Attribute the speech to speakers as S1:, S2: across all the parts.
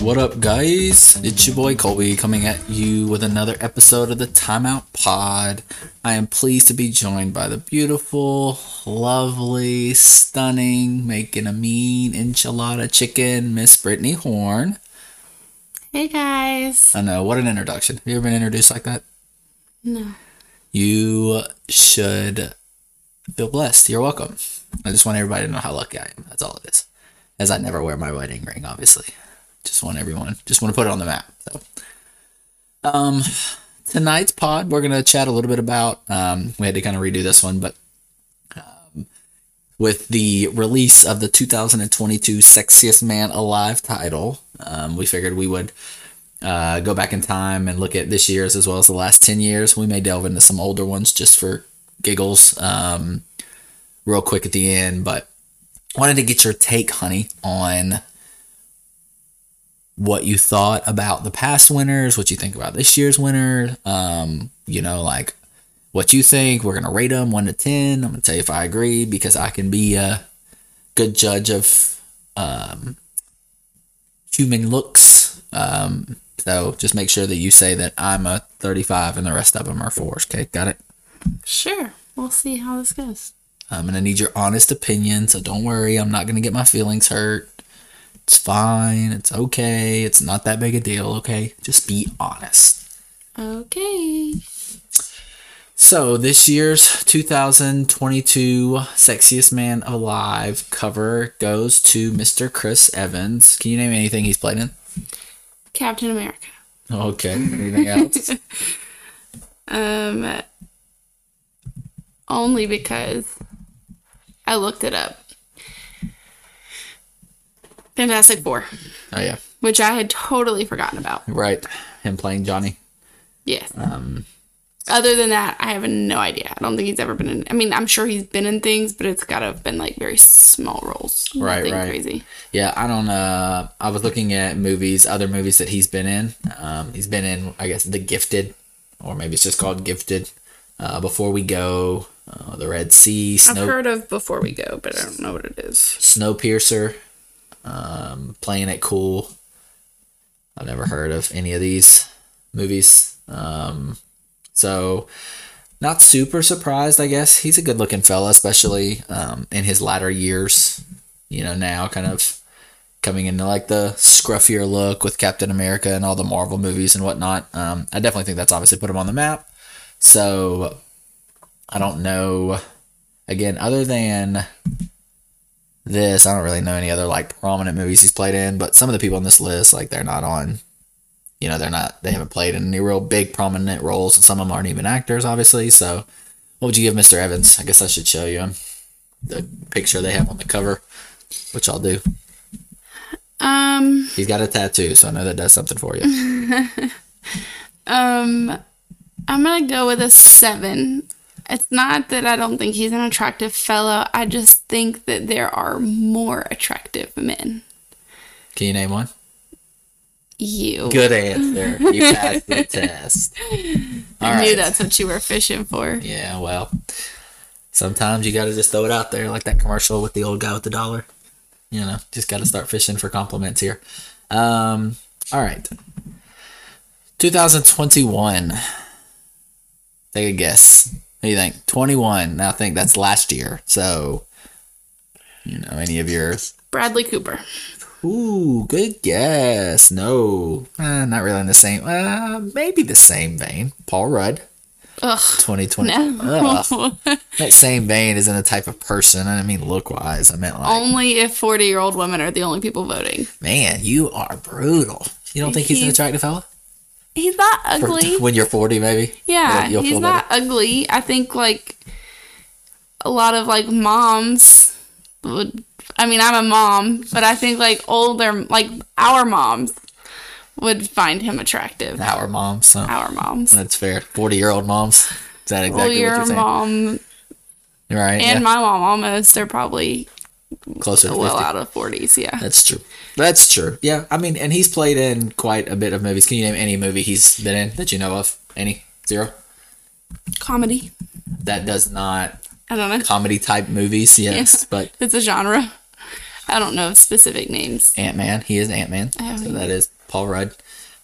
S1: What up, guys? It's your boy Colby coming at you with another episode of the Timeout Pod. I am pleased to be joined by the beautiful, lovely, stunning, making a mean enchilada chicken, Miss Brittany Horn.
S2: Hey guys.
S1: I know, what an introduction. Have you ever been introduced like that?
S2: No.
S1: You should feel blessed. You're welcome. I just want everybody to know how lucky I am. That's all it is. As I never wear my wedding ring, obviously. Just want everyone, just want to put it on the map. So, um, tonight's pod, we're going to chat a little bit about, um, we had to kind of redo this one, but, um, with the release of the 2022 Sexiest Man Alive title, um, we figured we would uh, go back in time and look at this year's as well as the last 10 years. We may delve into some older ones just for giggles um, real quick at the end, but wanted to get your take, honey, on what you thought about the past winners, what you think about this year's winner, um, you know, like what you think. We're going to rate them 1 to 10. I'm going to tell you if I agree because I can be a good judge of um, human looks. Um, so just make sure that you say that I'm a 35 and the rest of them are fours. Okay, got it?
S2: Sure. We'll see how this goes.
S1: I'm going to Um, need your honest opinion. So don't worry. I'm not going to get my feelings hurt. It's fine. It's okay. It's not that big a deal. Okay. Just be honest.
S2: Okay.
S1: So this year's 2022 Sexiest Man Alive cover goes to Mr. Chris Evans. Can you name anything he's played in?
S2: Captain America.
S1: Okay. Anything else?
S2: Um only because I looked it up. Fantastic Four,
S1: oh, yeah.
S2: which I had totally forgotten about.
S1: Right. Him playing Johnny.
S2: Yes. Um other than that, I have no idea. I don't think he's ever been in I mean, I'm sure he's been in things, but it's gotta have been like very small roles.
S1: Right,
S2: Nothing
S1: right.
S2: crazy.
S1: Yeah, I don't. Uh, I was looking at movies, other movies that he's been in. Um, he's been in, I guess, The Gifted, or maybe it's just called Gifted. Uh, Before We Go, uh, The Red Sea,
S2: I've
S1: Snow
S2: heard of Before We Go, but I don't know what it is.
S1: Snowpiercer, um, Playing It Cool. I've never heard of any of these movies. Um, so, not super surprised, I guess. He's a good looking fella, especially um, in his latter years. You know, now kind of coming into like the scruffier look with Captain America and all the Marvel movies and whatnot. Um, I definitely think that's obviously put him on the map. So, I don't know. Again, other than this. I don't really know any other like prominent movies he's played in, but some of the people on this list, like they're not on, you know, they're not, they haven't played in any real big prominent roles, and some of them aren't even actors, obviously. So, what would you give Mr. Evans? I guess I should show you him the picture they have on the cover, which I'll do.
S2: Um
S1: He's got a tattoo, so I know that does something for you.
S2: Um, I'm gonna go with a seven. It's not that I don't think he's an attractive fellow. I just think that there are more attractive men.
S1: Can you name one?
S2: You
S1: Good answer. You passed the test. All
S2: I knew
S1: right.
S2: that's what you were fishing for.
S1: Yeah, well, sometimes you got to just throw it out there, like that commercial with the old guy with the dollar. You know, just got to start fishing for compliments here. Um, all right. 2021. Take a guess. What do you think? 21. Now I think that's last year. So, you know, any of your.
S2: Bradley Cooper.
S1: Ooh, good guess. No, uh, not really in the same. Uh, maybe the same vein. Paul Rudd.
S2: Ugh.
S1: 2020. Ugh.
S2: No.
S1: That same vein isn't a type of person. I didn't mean look wise. I meant like,
S2: only if 40 year old women are the only people voting.
S1: man, you are brutal. You don't think he's an
S2: Oh. He's
S1: attractive fella?
S2: He's not
S1: For-
S2: ugly.
S1: when you're 40, maybe?
S2: Yeah,
S1: You'll
S2: he's
S1: feel
S2: not ugly. I think like a lot of like moms would. I mean, I'm a mom, but I think like older, like our moms would find him attractive.
S1: Our moms. So
S2: Our moms.
S1: that's fair. 40 year old moms. Is that
S2: Well,
S1: exactly what
S2: your
S1: you're saying?
S2: mom
S1: Right.
S2: and
S1: yeah.
S2: my mom almost are probably
S1: Closer to 50.
S2: well out of 40s. Yeah.
S1: That's true. That's true. Yeah. I mean, and he's played in quite a bit of movies. Can you name any movie he's been in that you know of? Any? Zero?
S2: Comedy.
S1: That does not
S2: I don't know.
S1: comedy type movies. Yes. But
S2: It's a genre. I don't know specific names.
S1: Ant Man. He is Ant Man.
S2: Oh,
S1: so
S2: yeah.
S1: that is Paul Rudd.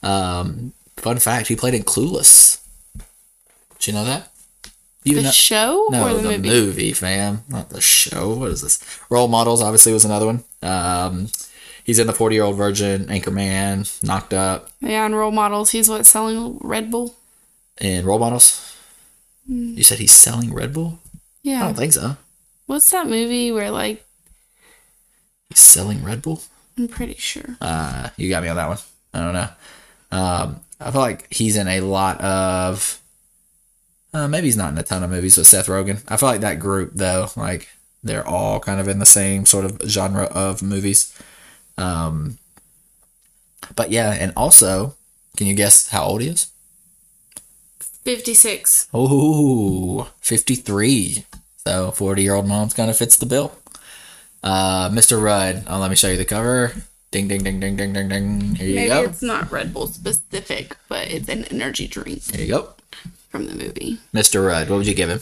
S1: Um, fun fact: he played in Clueless. Did you know that? You
S2: The
S1: know,
S2: show
S1: no,
S2: or the,
S1: the,
S2: movie?
S1: movie? fam, not the show. What is this? Role models obviously was another one. Um, he's in the Forty Year Old Virgin, Anchorman, Knocked Up,
S2: Yeah, and role models. He's what selling Red Bull.
S1: and Role Models.
S2: Hmm.
S1: You said he's selling Red Bull? I
S2: Yeah.
S1: don't think so.
S2: What's that movie where like
S1: He's selling Red Bull.
S2: I'm pretty sure.
S1: Uh, you got me on that one. I don't know. Um, I feel like he's in a lot of. Uh, maybe he's not in a ton of movies with Seth Rogen. I feel like that group though, like they're all kind of in the same sort of genre of movies. Um, but yeah, and also, can you guess how old he is?
S2: 56.
S1: Oh, 53. So 40 year old mom's kind of fits the bill. Uh, Mr. Rudd. Oh, let me show you the cover. Ding, ding, ding, ding, ding, ding, ding. Here you
S2: Maybe
S1: go.
S2: it's not Red Bull specific, but it's an energy drink
S1: There you go.
S2: from the movie.
S1: Mr. Rudd, what would you give him?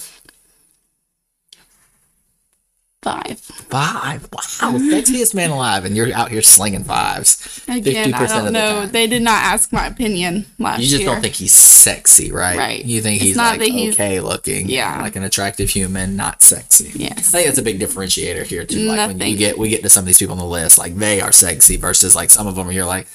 S2: Five.
S1: Five. Wow, sexiest man alive, and you're out here slinging fives.
S2: Again, I don't know. They did not ask my opinion last
S1: You just
S2: year.
S1: don't think he's sexy, right?
S2: Right.
S1: You think
S2: It's
S1: he's like
S2: not that he's-
S1: okay looking,
S2: Yeah.
S1: like an attractive human, not sexy.
S2: Yes.
S1: I think that's a big differentiator here too. Like when
S2: Nothing.
S1: you get we get to some of these people on the list, like they are sexy versus like some of them you're like,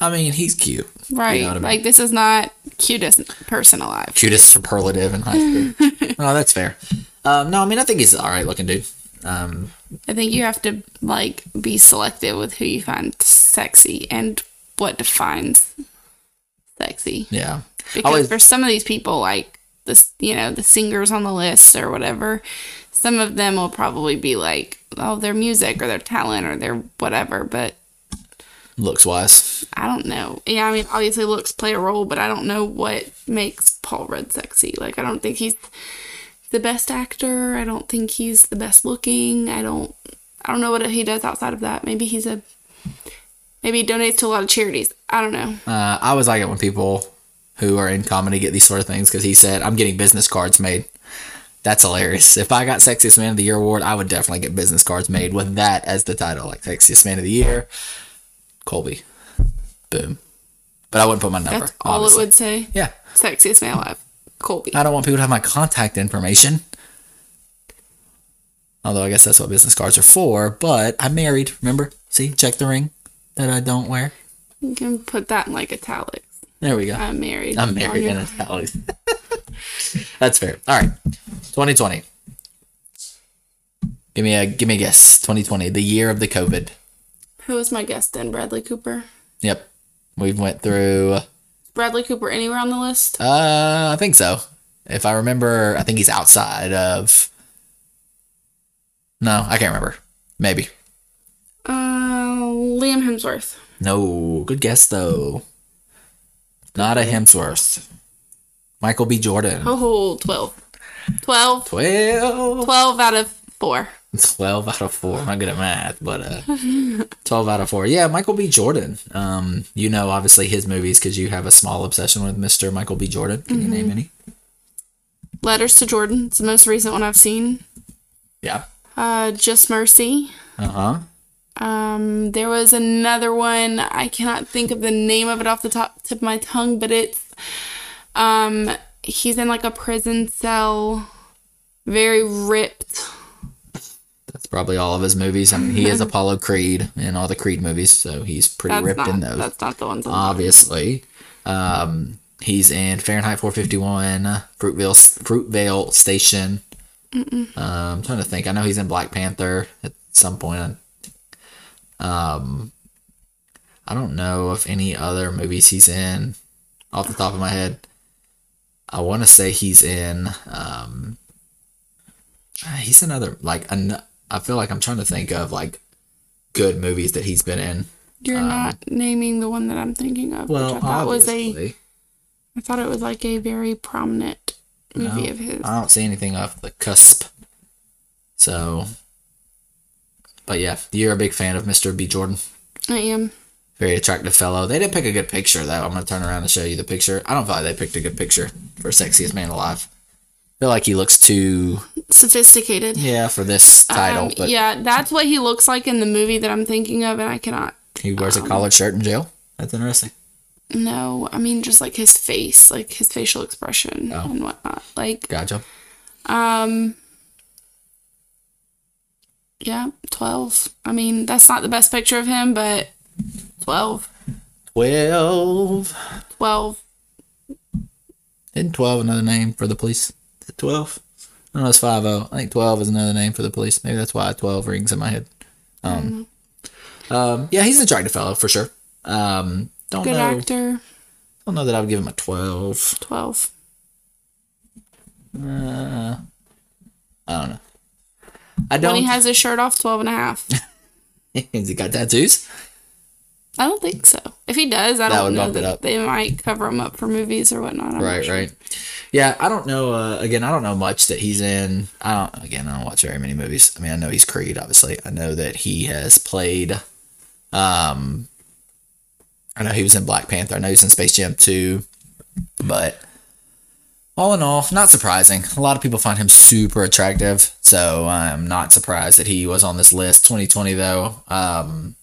S1: I mean, he's cute,
S2: right.
S1: know what I mean?
S2: Like this is not cutest person alive.
S1: cutest superlative in high school. oh, that's fair. Um, no, I mean, I think he's all right looking dude. Um,
S2: I think you have to like be selective with who you find sexy and what defines sexy.
S1: yeah.
S2: Because
S1: Always-
S2: for some of these people, like this, you know, the singers on the list or whatever, some of them will probably be like, oh, their music or their talent or their whatever. But
S1: Looks wise.
S2: I don't know. Yeah, I mean, obviously looks play a role, but I don't know what makes Paul Rudd sexy. Like, I don't think he's the best actor. I don't think he's the best looking. I don't. I don't know what he does outside of that. Maybe he's a. Maybe he donates to a lot of charities. I don't know.
S1: Uh, I always like it when people who are in comedy get these sort of things because he said, I'm getting business cards made. That's hilarious. If I got Sexiest Man of the Year award, I would definitely get business cards made with that as the title, like Sexiest Man of the Year, Colby. Boom. But I wouldn't put my number.
S2: That's all
S1: obviously.
S2: it would say.
S1: Yeah.
S2: Sexiest man alive, Colby.
S1: I don't want people to have my contact information. Although I guess that's what business cards are for. But I'm married, remember? See, check the ring that I don't wear.
S2: You can put that in like italics.
S1: There we go.
S2: I'm married.
S1: I'm married in Italian. That's fair. All right. 2020. Give me a give me a guess. 2020, the year of the COVID.
S2: Who was my guest then? Bradley Cooper.
S1: Yep. We went through
S2: Bradley Cooper anywhere on the list?
S1: uh I think so. If I remember, I think he's outside of No, I can't remember. Maybe.
S2: Uh, Liam Hemsworth.
S1: No. Good guess though. Not a Hemsworth. Michael B. Jordan.
S2: Oh, 12. 12.
S1: 12.
S2: 12 out of 4.
S1: 12 out of 4. I'm not good at math, but uh, 12 out of 4. Yeah, Michael B. Jordan. Um, you know, obviously, his movies because you have a small obsession with Mr. Michael B. Jordan. Can you
S2: Mm-hmm.
S1: name any?
S2: Letters to Jordan. It's the most recent one I've seen.
S1: Yeah.
S2: Uh, Just Mercy.
S1: Uh huh.
S2: Um, there was another one. I cannot think of the name of it off the top tip of my tongue, but it's um he's in like a prison cell, very ripped.
S1: That's probably all of his movies. I mean, he is Apollo Creed in all the Creed movies, so he's pretty
S2: That's
S1: ripped
S2: not
S1: in those.
S2: that's not the ones. on
S1: obviously. Um, he's in Fahrenheit 451, Fruitvale, Fruitvale Station. Um, I'm trying to think. I know he's in Black Panther at some point. Um, I don't know of any other movies he's in off the top of my head. I want to say he's in. Um, ah, he's another like an, I feel like I'm trying to think of like good movies that he's been in.
S2: You're not naming the one that I'm thinking of,
S1: Um, Well,
S2: which I thought was a
S1: obviously.
S2: I thought it was like a very prominent movie of his.
S1: I don't see anything off the cusp. So, but yeah, you're a big fan of Mr. B. Jordan.
S2: I am.
S1: Very attractive fellow. They didn't pick a good picture though. I'm gonna turn around and show you the picture. I don't feel like they picked a good picture for sexiest man alive. I feel like he looks too
S2: Sophisticated.
S1: yeah for this title,
S2: Um,
S1: but
S2: yeah, that's what he looks like in the movie that I'm thinking of, and I cannot.
S1: he wears a collared shirt in jail. That's interesting.
S2: No, I mean just like his face, like his facial expression
S1: Oh.
S2: and whatnot. Like,
S1: Gotcha.
S2: um, yeah, twelve. I mean, that's not the best picture of him, but twelve,
S1: 12.
S2: twelve.
S1: Isn't 12 another name for the police? Is it 12? I don't know, it's 5 I think 12 is another name for the police. Maybe that's why 12 rings in my head. Um, um, yeah, he's an attractive fellow for sure. Um, don't
S2: Mm-hmm. Good
S1: know.
S2: actor,
S1: Don't know that I would give him a 12.
S2: twelve.
S1: I don't know. I
S2: When
S1: don't.
S2: he has his shirt off, twelve and a half.
S1: has he got tattoos?
S2: I don't think so. If he does, I
S1: That
S2: don't
S1: would
S2: know.
S1: bump it
S2: that
S1: up.
S2: They might cover him up for movies or whatnot. I'm not
S1: right
S2: sure.
S1: right yeah i don't know uh, again i don't know much that he's in i don't again i don't watch very many movies i mean i know he's creed obviously i know that he has played um i know he was in black panther i know he's in space jam 2 but all in all not surprising a lot of people find him super attractive so i'm not surprised that he was on this list 2020 though um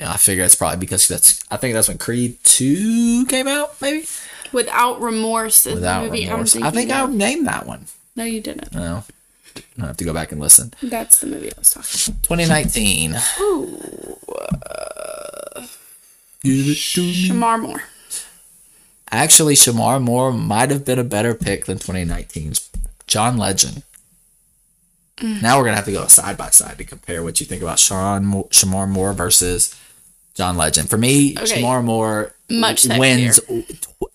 S1: yeah, I figure it's probably because that's. I think that's when Creed Two came out, maybe.
S2: Without remorse is
S1: Without
S2: the movie.
S1: remorse.
S2: I'm
S1: I
S2: thinking
S1: think I
S2: of.
S1: named that one.
S2: No, you didn't.
S1: No, I have to go back and listen.
S2: That's the movie I was talking.
S1: 2019.
S2: about. Ooh.
S1: Give it to me.
S2: Shamar Moore.
S1: Actually, Shamar Moore might have been a better pick than 2019's John Legend.
S2: Mm.
S1: Now we're gonna have to go side by side to compare what you think about Sean Mo- Shamar Moore versus John Legend. For me,
S2: Okay.
S1: Shamar Moore
S2: Much sexier.
S1: wins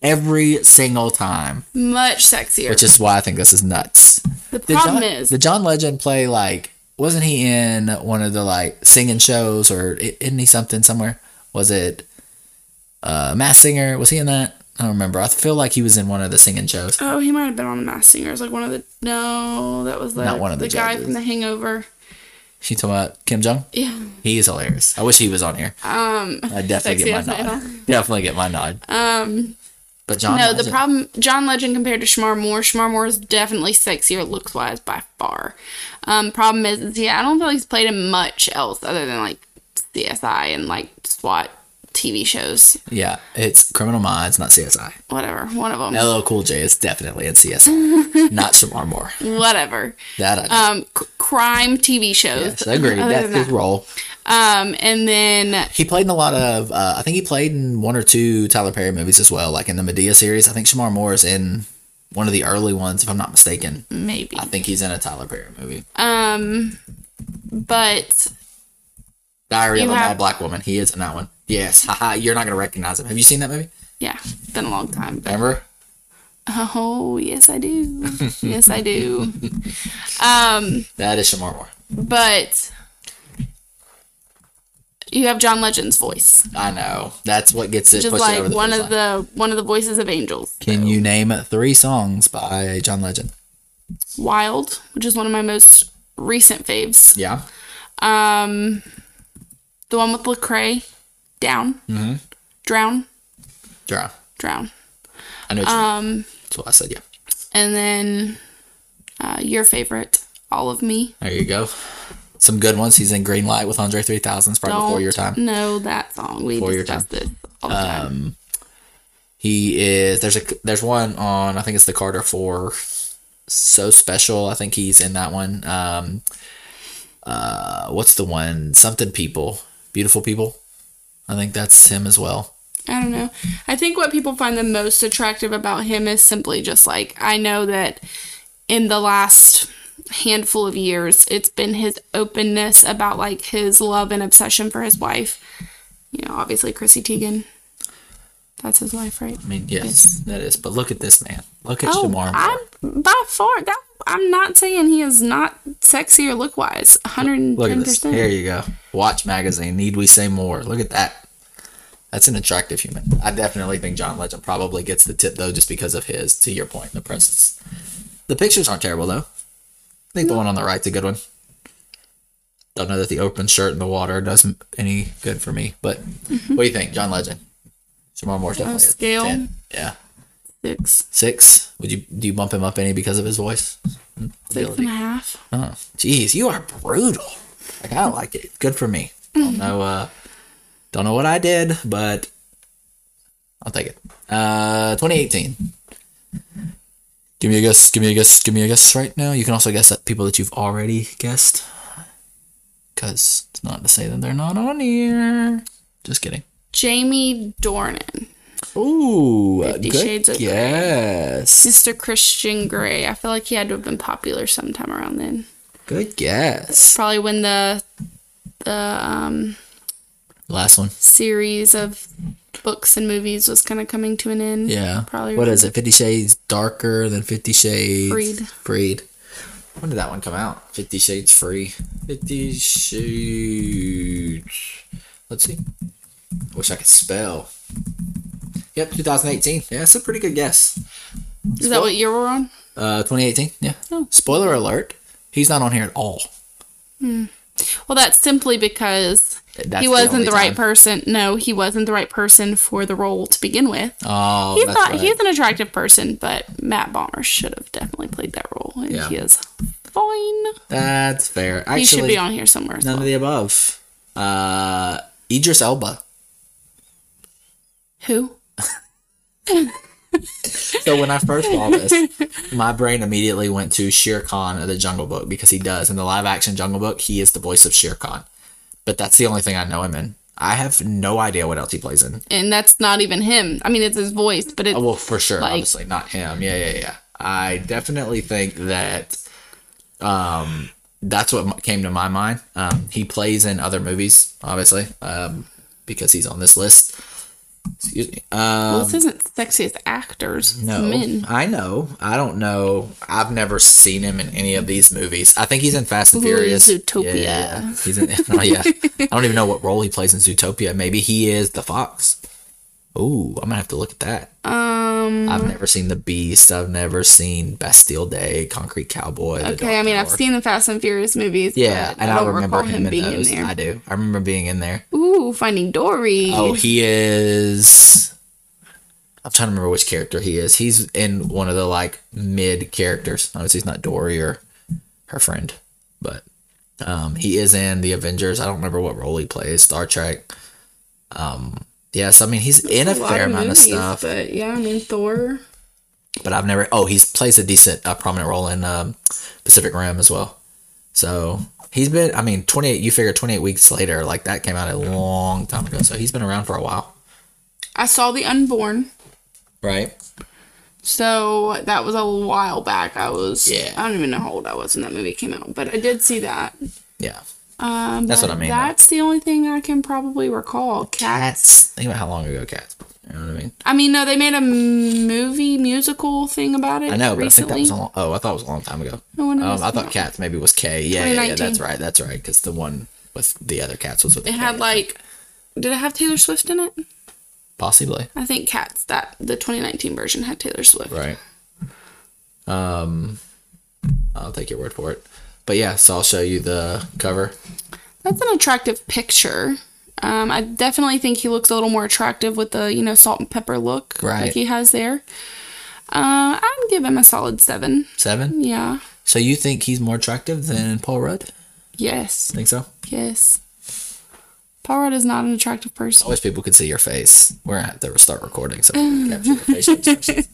S1: every single time,
S2: Much sexier.
S1: which is why I think this is nuts.
S2: the
S1: Did
S2: problem
S1: John,
S2: is,
S1: did John Legend play like? Wasn't he in one of the like singing shows or i- isn't he something somewhere? Was it uh Mass Singer? Was he in that? I don't remember. I feel like he was in one of the singing shows.
S2: oh, he might have been on the Masked Singer. It was like one of the. No, that was the
S1: Not one of
S2: the,
S1: the
S2: guy
S1: judges.
S2: from The Hangover.
S1: She talking about Kim Jong.
S2: Yeah.
S1: He is hilarious. I wish he was on here.
S2: Um.
S1: I definitely
S2: Sexy
S1: get
S2: as
S1: my nod.
S2: hell.
S1: Definitely get my nod.
S2: Um.
S1: But John,
S2: no, the
S1: Legend-
S2: problem. John Legend compared to Shamar Moore. Shamar Moore is definitely sexier looks wise by far. Um. Problem is, is yeah, I don't feel like he's played in much else other than like CSI and like SWAT TV shows.
S1: Yeah, it's Criminal Minds, not CSI.
S2: Whatever. One of them.
S1: LL Cool J is definitely in CSI, not Shamar Moore.
S2: Whatever.
S1: That I know.
S2: Um. C- crime TV shows.
S1: yes, I agree.
S2: Other
S1: That's
S2: than
S1: his
S2: that.
S1: role.
S2: Um. And then
S1: He played in a lot of. Uh, I think he played in one or two Tyler Perry movies as well, like in the Medea series. I think Shamar Moore is in one of the early ones, if I'm not mistaken.
S2: maybe.
S1: I think he's in a Tyler Perry movie.
S2: Um, but
S1: Diary of
S2: You
S1: a
S2: have-
S1: Mad Black Woman. He is in that one. Yes, haha. You're not gonna recognize him. Have you seen that movie?
S2: yeah, it's been a long time. But,
S1: Remember?
S2: oh, yes, I do. yes, I do. Um,
S1: That is Shamar Moore.
S2: but you have John Legend's voice,
S1: I know. That's what gets it
S2: just
S1: pushed
S2: like
S1: over the
S2: one
S1: finish
S2: of
S1: line.
S2: the one of the voices of angels.
S1: Can you name three songs by John Legend?
S2: Wild, which is one of my most recent faves.
S1: Yeah.
S2: Um, the one with Lecrae, Down,
S1: Mm-hmm.
S2: Drown,
S1: Drown.
S2: Drown,
S1: I know. What you um. That's what I said. Yeah.
S2: and then uh, your favorite, All of Me.
S1: There you go. Some good ones. He's in Green Light with Andre 3000. It's probably before your time.
S2: know that song. We
S1: Before your Uh,
S2: discussed this all the time.
S1: He is there's a there's one on I think it's the Carter Four, so special. I think he's in that one. Um, uh, what's the one? Something people, beautiful people. I think that's him as well.
S2: I don't know. I think what people find the most attractive about him is simply just like I know that in the last handful of years, it's been his openness about like his love and obsession for his wife. You know, obviously Chrissy Teigen. That's his wife, right?
S1: I mean, yes, that is. But look at this man. Look at
S2: Oh,
S1: Shamar. Moore.
S2: I'm by far that I'm not saying he is not sexy or look wise. 110%.
S1: Look at this. There you go. Watch magazine. Need we say more? Look at that. That's an attractive human. I definitely think John Legend probably gets the tip though, just because of his. To your point, the presence. The pictures aren't terrible though. I think the one on the right's a good one. Don't know that the open shirt in the water does m- any good for me, but what do you think, John Legend? Shamar Moore definitely. a
S2: Mm-hmm. scale.
S1: 10. Yeah,
S2: Six,
S1: six. Would you do you bump him up any because of his voice?
S2: six and a half.
S1: Oh, jeez, you are brutal. Like I like it. Good for me. Don't know. Uh, don't know what I did, but I'll take it. Uh, 2018. Give me a guess. Give me a guess. Give me a guess right now. You can also guess at people that you've already guessed. Because it's not to say that they're not on here. Just kidding.
S2: Jamie Dornan,
S1: Ooh,
S2: Fifty
S1: good
S2: Shades of Grey.
S1: guess.
S2: Mr. Christian Grey. I feel like he had to have been popular sometime around then.
S1: Good guess.
S2: Probably when the the um,
S1: Last one.
S2: series of books and movies was kind of coming to an end.
S1: Yeah.
S2: Probably
S1: What is it? Fifty Shades Darker than Fifty Shades
S2: Freed.
S1: Freed. When did that one come out? Fifty Shades Free. Fifty Shades. Let's see. Wish I could spell. Yep, 2018. Yeah, that's a pretty good guess.
S2: Is that what year we're on?
S1: Uh, 2018. Yeah.
S2: Oh.
S1: Spoiler alert. He's not on here at all.
S2: Well, that's simply because
S1: That's
S2: he wasn't
S1: only
S2: the, right
S1: time.
S2: person. No, he wasn't the right person for the role to begin with.
S1: Oh,
S2: He
S1: that's
S2: thought
S1: right.
S2: he's an attractive person, but Matt Bomber should have definitely played that role, and
S1: Yeah.
S2: he is fine.
S1: That's fair. Actually,
S2: he should be on here somewhere. as
S1: None of
S2: well.
S1: the above. Uh, Idris Elba.
S2: Who?
S1: So when I first saw this, my brain immediately went to Shere Khan of the Jungle Book because he does in the live action Jungle Book. He is the voice of Shere Khan, but that's the only thing I know him in. I have no idea what else he plays in.
S2: And that's not even him. I mean, it's his voice, but it's
S1: Oh, well, for sure,
S2: Like-
S1: obviously not him. Yeah, yeah, yeah. I definitely think that um, that's what m- came to my mind. Um, he plays in other movies, obviously, um, because he's on this list. Excuse me. Um,
S2: well, this isn't sexiest actors. It's
S1: No,
S2: men.
S1: I know. I don't know. I've never seen him in any of these movies. I think he's in Fast and
S2: Ooh,
S1: Furious.
S2: Zootopia.
S1: Yeah, he's in. Oh yeah. I don't even know what role he plays in Zootopia. Maybe he is the fox. Ooh, I'm gonna have to look at that.
S2: Um.
S1: I've never seen The Beast. I've never seen Bastille Day, Concrete Cowboy. The
S2: Okay. I
S1: Dark
S2: mean, I've
S1: Tower.
S2: seen the Fast and Furious movies.
S1: Yeah,
S2: but
S1: and I,
S2: don't
S1: remember
S2: recall
S1: him, in those. I do. I remember being in there.
S2: Ooh, Finding Dory.
S1: Oh, he is. I'm trying to remember which character he is. He's in one of the like mid characters. Obviously, he's not Dory or her friend, but um, he is in the Avengers. I don't remember what role he plays. Star Trek. Um, yeah, so I mean, he's in a,
S2: lot
S1: fair
S2: of
S1: amount
S2: movies,
S1: of stuff, but,
S2: But yeah, I mean, Thor.
S1: I've never. Oh, he's plays a decent, uh, prominent role in um, Pacific Rim as well. So he's been. I mean, 28. You figure 28 weeks later, like that came out a long time ago. So he's been around for a while,
S2: I saw The Unborn.
S1: right?
S2: So that was a while back. I was.
S1: Yeah.
S2: I don't even know how old I was when that movie came out, but I did see that.
S1: Yeah.
S2: Um,
S1: That's what
S2: but
S1: I mean, uh, though.
S2: That's the only thing I can probably recall. Cats.
S1: Think about how long ago Cats. You know what I mean?
S2: I mean, no, they made a movie musical thing about it.
S1: I know, but
S2: recently.
S1: I think that was a long. Oh, I thought it was a long time ago.
S2: No, when it was-
S1: um, I thought Cats maybe was K. Yeah, yeah, yeah,
S2: 2019.
S1: that's right, that's right. Because the one with the other cats was with
S2: It had like, did it have Taylor Swift in it?
S1: possibly
S2: I think Cats that the 2019 version had Taylor Swift.
S1: right. Um, I'll take your word for it. But yeah, so I'll show you the cover.
S2: That's an attractive picture. Um, I definitely think he looks a little more attractive with the you know salt and pepper look
S1: Right.
S2: like he has there. Uh, I'd give him a solid seven.
S1: Seven.
S2: Yeah.
S1: So you think he's more attractive than Paul Rudd?
S2: Yes.
S1: Think so?
S2: Yes. Paul Rudd is not an attractive
S1: I
S2: person.
S1: wish people could see your face. We're gonna have to start recording so we can capture your facial expressions.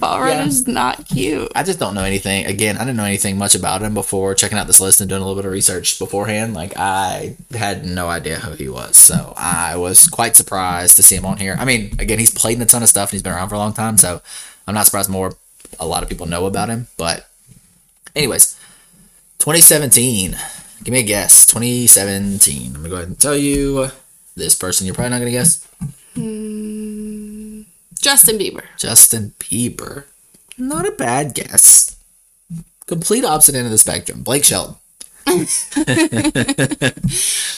S2: Paul Rudd
S1: Oh, Yeah.
S2: is not cute.
S1: I just don't know anything. Again, I didn't know anything much about him before checking out this list and doing a little bit of research beforehand. Like I had no idea who he was, so I was quite surprised to see him on here. I mean, again, he's played in a ton of stuff and he's been around for a long time, so I'm not surprised more. A lot of people know about him, but anyways, 2017. Give me a guess. 2017. I'm gonna go ahead and tell you this person. You're probably not gonna guess.
S2: Justin Bieber.
S1: Justin Bieber. Not a bad guess. Complete opposite end of the spectrum. Blake Shelton.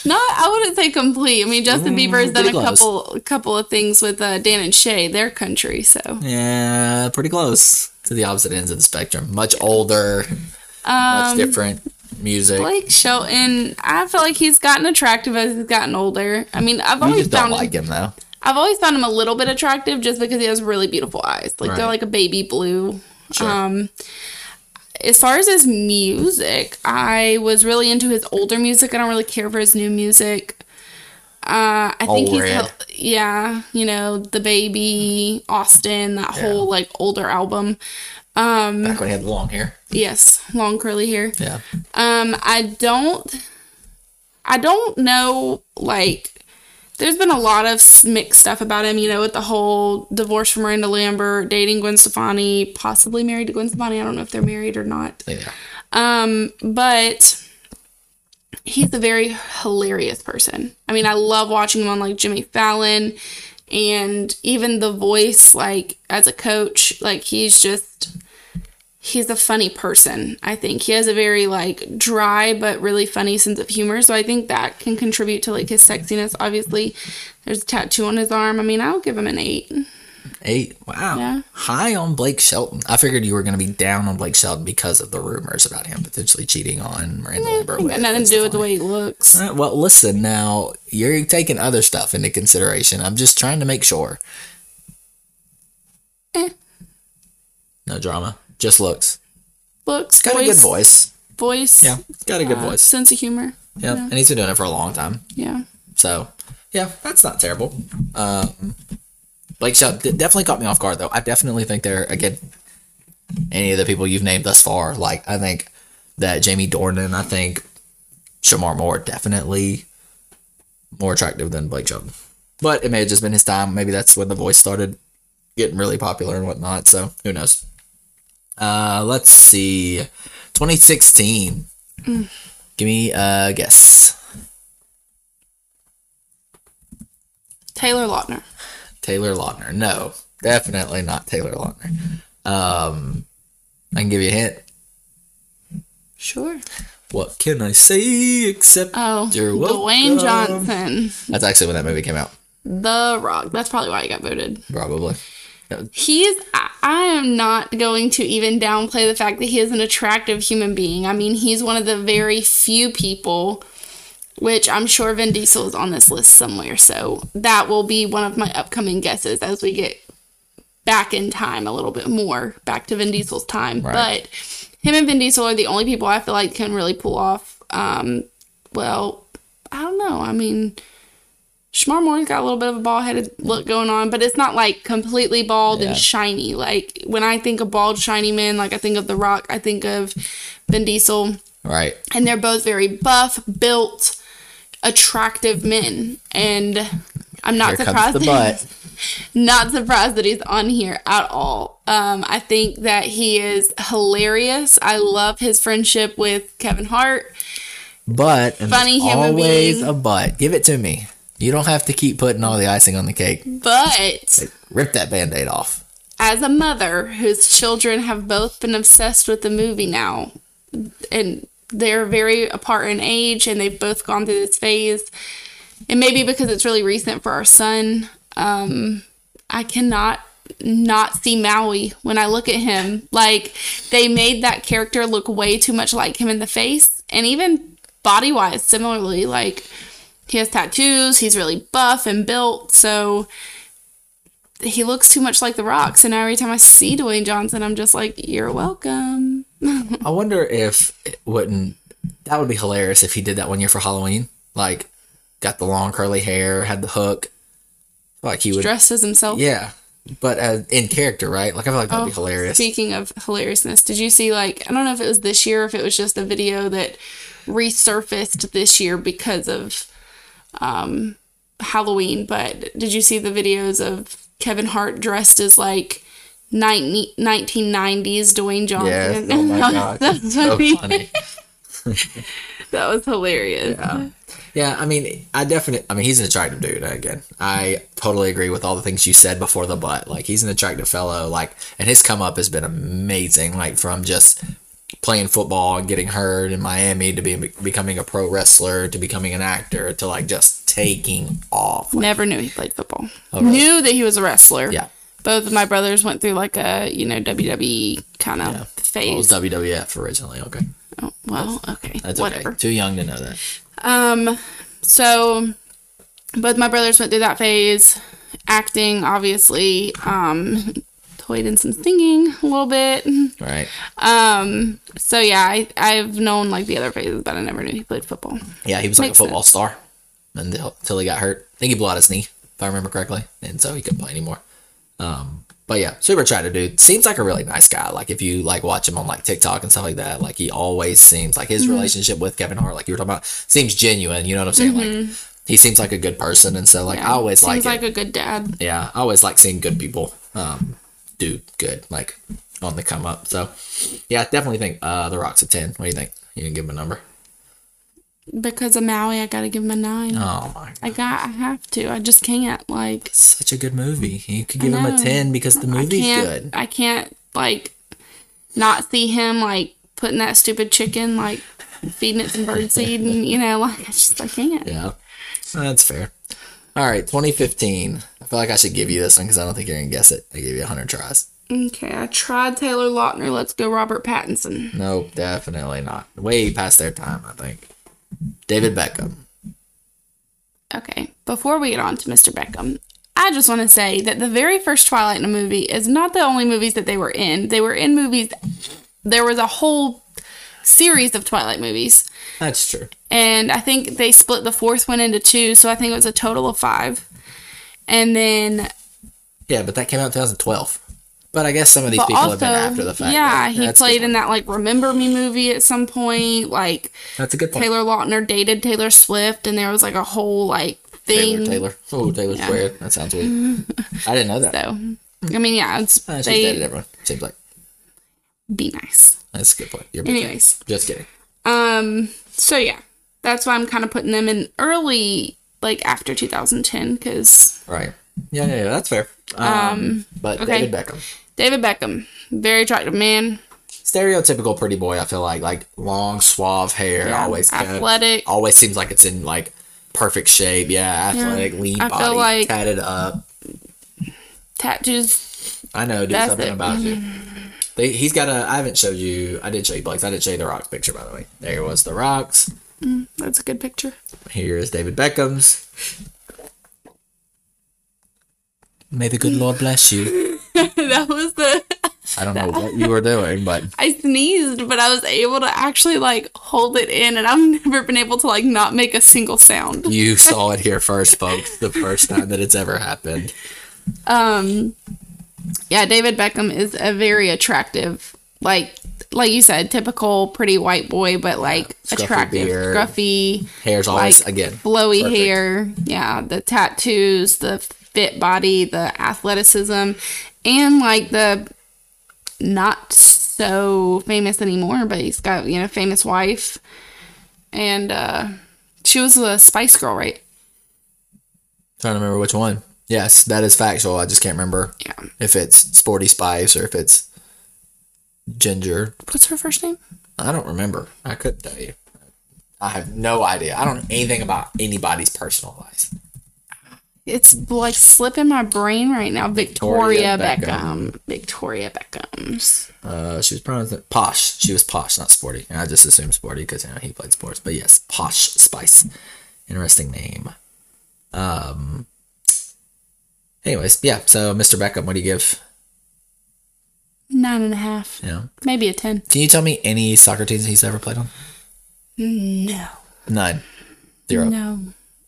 S2: No, I wouldn't say complete. I mean, Justin Bieber has done a
S1: Mm, pretty close.
S2: couple couple of things with uh, Dan and Shay, their country. So
S1: Yeah, pretty close to the opposite ends of the spectrum. Much older,
S2: Um,
S1: much different music.
S2: Blake Shelton, I feel like he's gotten attractive as he's gotten older. I mean, I've
S1: you
S2: always
S1: just don't
S2: found
S1: like him though.
S2: I've always found him a little bit attractive just because he has really beautiful eyes. Like they're
S1: Right.
S2: like a baby blue.
S1: Sure.
S2: Um as far as his music, I was really into his older music. I don't really care for his new music. Uh, I think
S1: All
S2: he's
S1: red.
S2: hel- yeah, you know, the baby, Austin, that whole like older album. Um,
S1: Back when he had the long hair.
S2: yes, long curly hair.
S1: Yeah.
S2: Um, I don't, I don't know. Like, there's been a lot of s- mixed stuff about him. You know, with the whole divorce from Miranda Lambert, dating Gwen Stefani, possibly married to Gwen Stefani. I don't know if they're married or not.
S1: Yeah.
S2: Um, but he's a very hilarious person. I mean, I love watching him on like Jimmy Fallon and even The Voice, like as a coach, like he's just he's a funny person. I think he has a very like dry but really funny sense of humor. So I think that can contribute to like his sexiness, obviously. There's a tattoo on his arm. I mean, I'll give him an eight.
S1: Eight. Wow.
S2: Yeah.
S1: High on Blake Shelton. I figured you were going to be down on Blake Shelton because of the rumors about him potentially cheating on Miranda Lambert.
S2: Got nothing to do with the way he looks.
S1: All right, Well, listen now. You're taking other stuff into consideration. I'm just trying to make sure.
S2: Eh.
S1: No drama. Just looks.
S2: Looks,
S1: Got
S2: voice,
S1: a good voice.
S2: voice,
S1: Yeah. Got a good
S2: uh,
S1: voice.
S2: sense of humor.
S1: Yeah. And he's been doing it for a long time.
S2: Yeah.
S1: So, yeah, that's not terrible. Um, Blake Shelton d- definitely caught me off guard, though. I definitely think they're, again, any of the people you've named thus far, like, I think that Jamie Dornan, I think Shamar Moore, definitely more attractive than Blake Shelton. But it may have just been his time. Maybe that's when the voice started getting really popular and whatnot. So, who knows? Uh, let's see. 2016. Give me a guess.
S2: Taylor Lautner.
S1: Taylor Lautner. No, definitely not Taylor Lautner. Um, I can give you a hint.
S2: Sure.
S1: What can I say except
S2: Oh,
S1: You're
S2: Dwayne
S1: welcome.
S2: Johnson.
S1: that's actually when that movie came out,
S2: The Rock. That's probably why he got voted.
S1: probably.
S2: He is. I, I am not going to even downplay the fact that he is an attractive human being. I mean, he's one of the very few people, which I'm sure Vin Diesel is on this list somewhere. So that will be one of my upcoming guesses as we get back in time a little bit more, back to Vin Diesel's time.
S1: Right.
S2: But him and Vin Diesel are the only people I feel like can really pull off. Um, well, I don't know. I mean, Shamar Moore's got a little bit of a bald headed look going on, but it's not like completely bald
S1: Yeah.
S2: and shiny. Like when I think of bald, shiny men, like I think of The Rock, I think of Vin Diesel,
S1: Right.
S2: and they're both very buff, built, attractive men. And I'm not
S1: Here comes
S2: surprised.
S1: the
S2: that-
S1: butt.
S2: not surprised that he's on here at all. Um, I think that he is hilarious. I love his friendship with Kevin Hart.
S1: But and
S2: Funny
S1: there's
S2: human
S1: always
S2: being.
S1: a but. Give it to me. You don't have to keep putting all the icing on the cake.
S2: But
S1: Rip that band-aid off.
S2: as a mother whose children have both been obsessed with the movie now, and they're very apart in age and they've both gone through this phase, and maybe because it's really recent for our son, um, I cannot not see Maui when I look at him. Like they made that character look way too much like him in the face and even body wise similarly like he has tattoos, he's really buff and built, so he looks too much like the rock. So now every time I see Dwayne Johnson, I'm just like, You're welcome.
S1: I wonder if it wouldn't that would be hilarious if he did that one year for Halloween. Like, got the long curly hair, had the hook. Like he would
S2: Dressed as himself.
S1: Yeah, but uh, in character, right? Like I feel like
S2: Oh,
S1: that'd be hilarious.
S2: Speaking of hilariousness, did you see like I don't know if it was this year, or if it was just a video that resurfaced this year because of um, Halloween, but did you see the videos of Kevin Hart dressed as like 90, 1990s Dwayne
S1: yeah.
S2: Johnson?
S1: Oh my god,
S2: that, was
S1: so
S2: funny.
S1: funny.
S2: that was hilarious.
S1: Yeah, I mean, I definitely. I mean, he's an attractive dude. Again, I totally agree with all the things you said before the butt. Like, he's an attractive fellow. Like, and his come up has been amazing. Like, from just playing football and getting hurt in Miami to being becoming a pro wrestler to becoming an actor to like just taking off.
S2: Never knew he played football.
S1: really?
S2: Knew that he was a wrestler.
S1: Yeah.
S2: Both of my brothers went through like a, you know, WWE kind of
S1: Well, it was
S2: phase.
S1: WWF originally. Okay,
S2: Oh, well, okay.
S1: that's
S2: Whatever.
S1: okay. Too young to know that.
S2: Um, so both my brothers went through that phase, acting obviously, um, toyed in some singing a little bit.
S1: Right.
S2: Um, so yeah, I, I've known like the other phases, but I never knew he played football.
S1: Yeah, he was like
S2: Makes
S1: a football star. until, until he got hurt. I think he blew out his knee, if I remember correctly, and so he couldn't play anymore. Um, but yeah, super attractive dude. Seems like a really nice guy. Like if you like watch him on like TikTok and stuff like that, like he always seems like
S2: Mm-hmm.
S1: his relationship with Kevin Hart, like you were talking about, seems genuine. You know what I'm saying? Like he seems like a good person, and so like I always like
S2: Mm-hmm. Seems
S1: it.
S2: like a good dad.
S1: yeah, I always like seeing good people um, do good, like on the come up. So yeah, I definitely think uh, The Rock's a ten. What do you think? You didn't give him a number.
S2: Because of Maui, I gotta give him a nine.
S1: Oh my
S2: I got, I have to. I just can't. Like,
S1: such a good movie. You could give him a
S2: know.
S1: 10 because the movie's
S2: can't,
S1: good.
S2: I can't like not see him like putting that stupid chicken like feeding it some birdseed and you know like I just I can't.
S1: Yeah. That's fair. All right, 2015. I feel like I should give you this one because I don't think you're going to guess it. I gave you 100 tries.
S2: Okay, I tried Taylor Lautner. Let's go Robert Pattinson.
S1: Nope, definitely not. Way past their time, I think. David Beckham.
S2: Okay, before we get on to Mr. Beckham, I just want to say that the very first Twilight in a movie is not the only movies that they were in. They were in movies. There was a whole series of Twilight movies.
S1: That's true.
S2: and I think they split the fourth one into two, so I think it was a total of five. And then,
S1: Yeah, but that came out in 2012. But I guess some of these
S2: but
S1: people
S2: also,
S1: have been after the fact.
S2: yeah,
S1: but
S2: he
S1: that's a
S2: played
S1: good one.
S2: in that like "Remember Me" movie at some point. Like
S1: That's a good point.
S2: Taylor Lautner dated Taylor Swift, and there was like a whole like
S1: Taylor,
S2: thing.
S1: Taylor. Oh, Taylor Square. That sounds weird. I didn't know that.
S2: So, I mean, yeah, it's,
S1: Uh, she's dated
S2: they
S1: everyone. Seems like.
S2: be nice.
S1: That's a good point. You're
S2: Anyways.
S1: just kidding.
S2: Um, so yeah, that's why I'm kind of putting them in early, like after 2010, because
S1: Right. Yeah, yeah, yeah that's fair. Um, but
S2: okay.
S1: David Beckham,
S2: David Beckham, very attractive man,
S1: stereotypical pretty boy. I feel like like long, suave hair,
S2: Yeah,
S1: always kinda-
S2: athletic.
S1: always seems like it's in like perfect shape. Yeah, athletic, lean
S2: I feel
S1: body,
S2: like-
S1: tatted up.
S2: tattoos,
S1: I know, do
S2: That's
S1: something
S2: it. Mm-hmm.
S1: about you. They, he's got a. I haven't showed you. I did show you Blake's. I did show you the Rock's picture, by the way. There was the Rock's.
S2: That's a good picture.
S1: Here is David Beckham's. May the good Lord bless you.
S2: that was the
S1: I don't know what you were doing, but
S2: I sneezed, but I was able to actually like hold it in, and I've never been able to like not make a single sound.
S1: You saw it here first, folks. The first time that it's ever happened.
S2: Um, yeah, David Beckham is a very attractive, like like you said, typical pretty white boy, but like
S1: Scruffy
S2: attractive,
S1: beard.
S2: scruffy,
S1: Hair's always
S2: like
S1: again
S2: flowy
S1: perfect.
S2: hair. Yeah, the tattoos, the fit body, the athleticism, and like the not so famous anymore, but he's got you know famous wife, and uh, she was a Spice Girl, right?
S1: Trying to remember which one. Yes, that is factual. I just can't remember
S2: Yeah.
S1: if it's Sporty Spice or if it's Ginger.
S2: What's her first name?
S1: I don't remember. I couldn't tell you. I have no idea. I don't know anything about anybody's personal life.
S2: It's like slipping my brain right now. Victoria,
S1: Victoria
S2: Beckham. Victoria Beckham.
S1: Uh, she was pronounced posh. She was posh, not sporty. And I just assumed sporty because you know he played sports. But yes, posh spice. Interesting name. Um. Anyways, yeah. So Mr. Beckham, what do you give?
S2: Nine and a half.
S1: You know,
S2: Maybe a ten.
S1: can you tell me any soccer teams he's ever played on?
S2: No.
S1: Nine. Zero.
S2: No.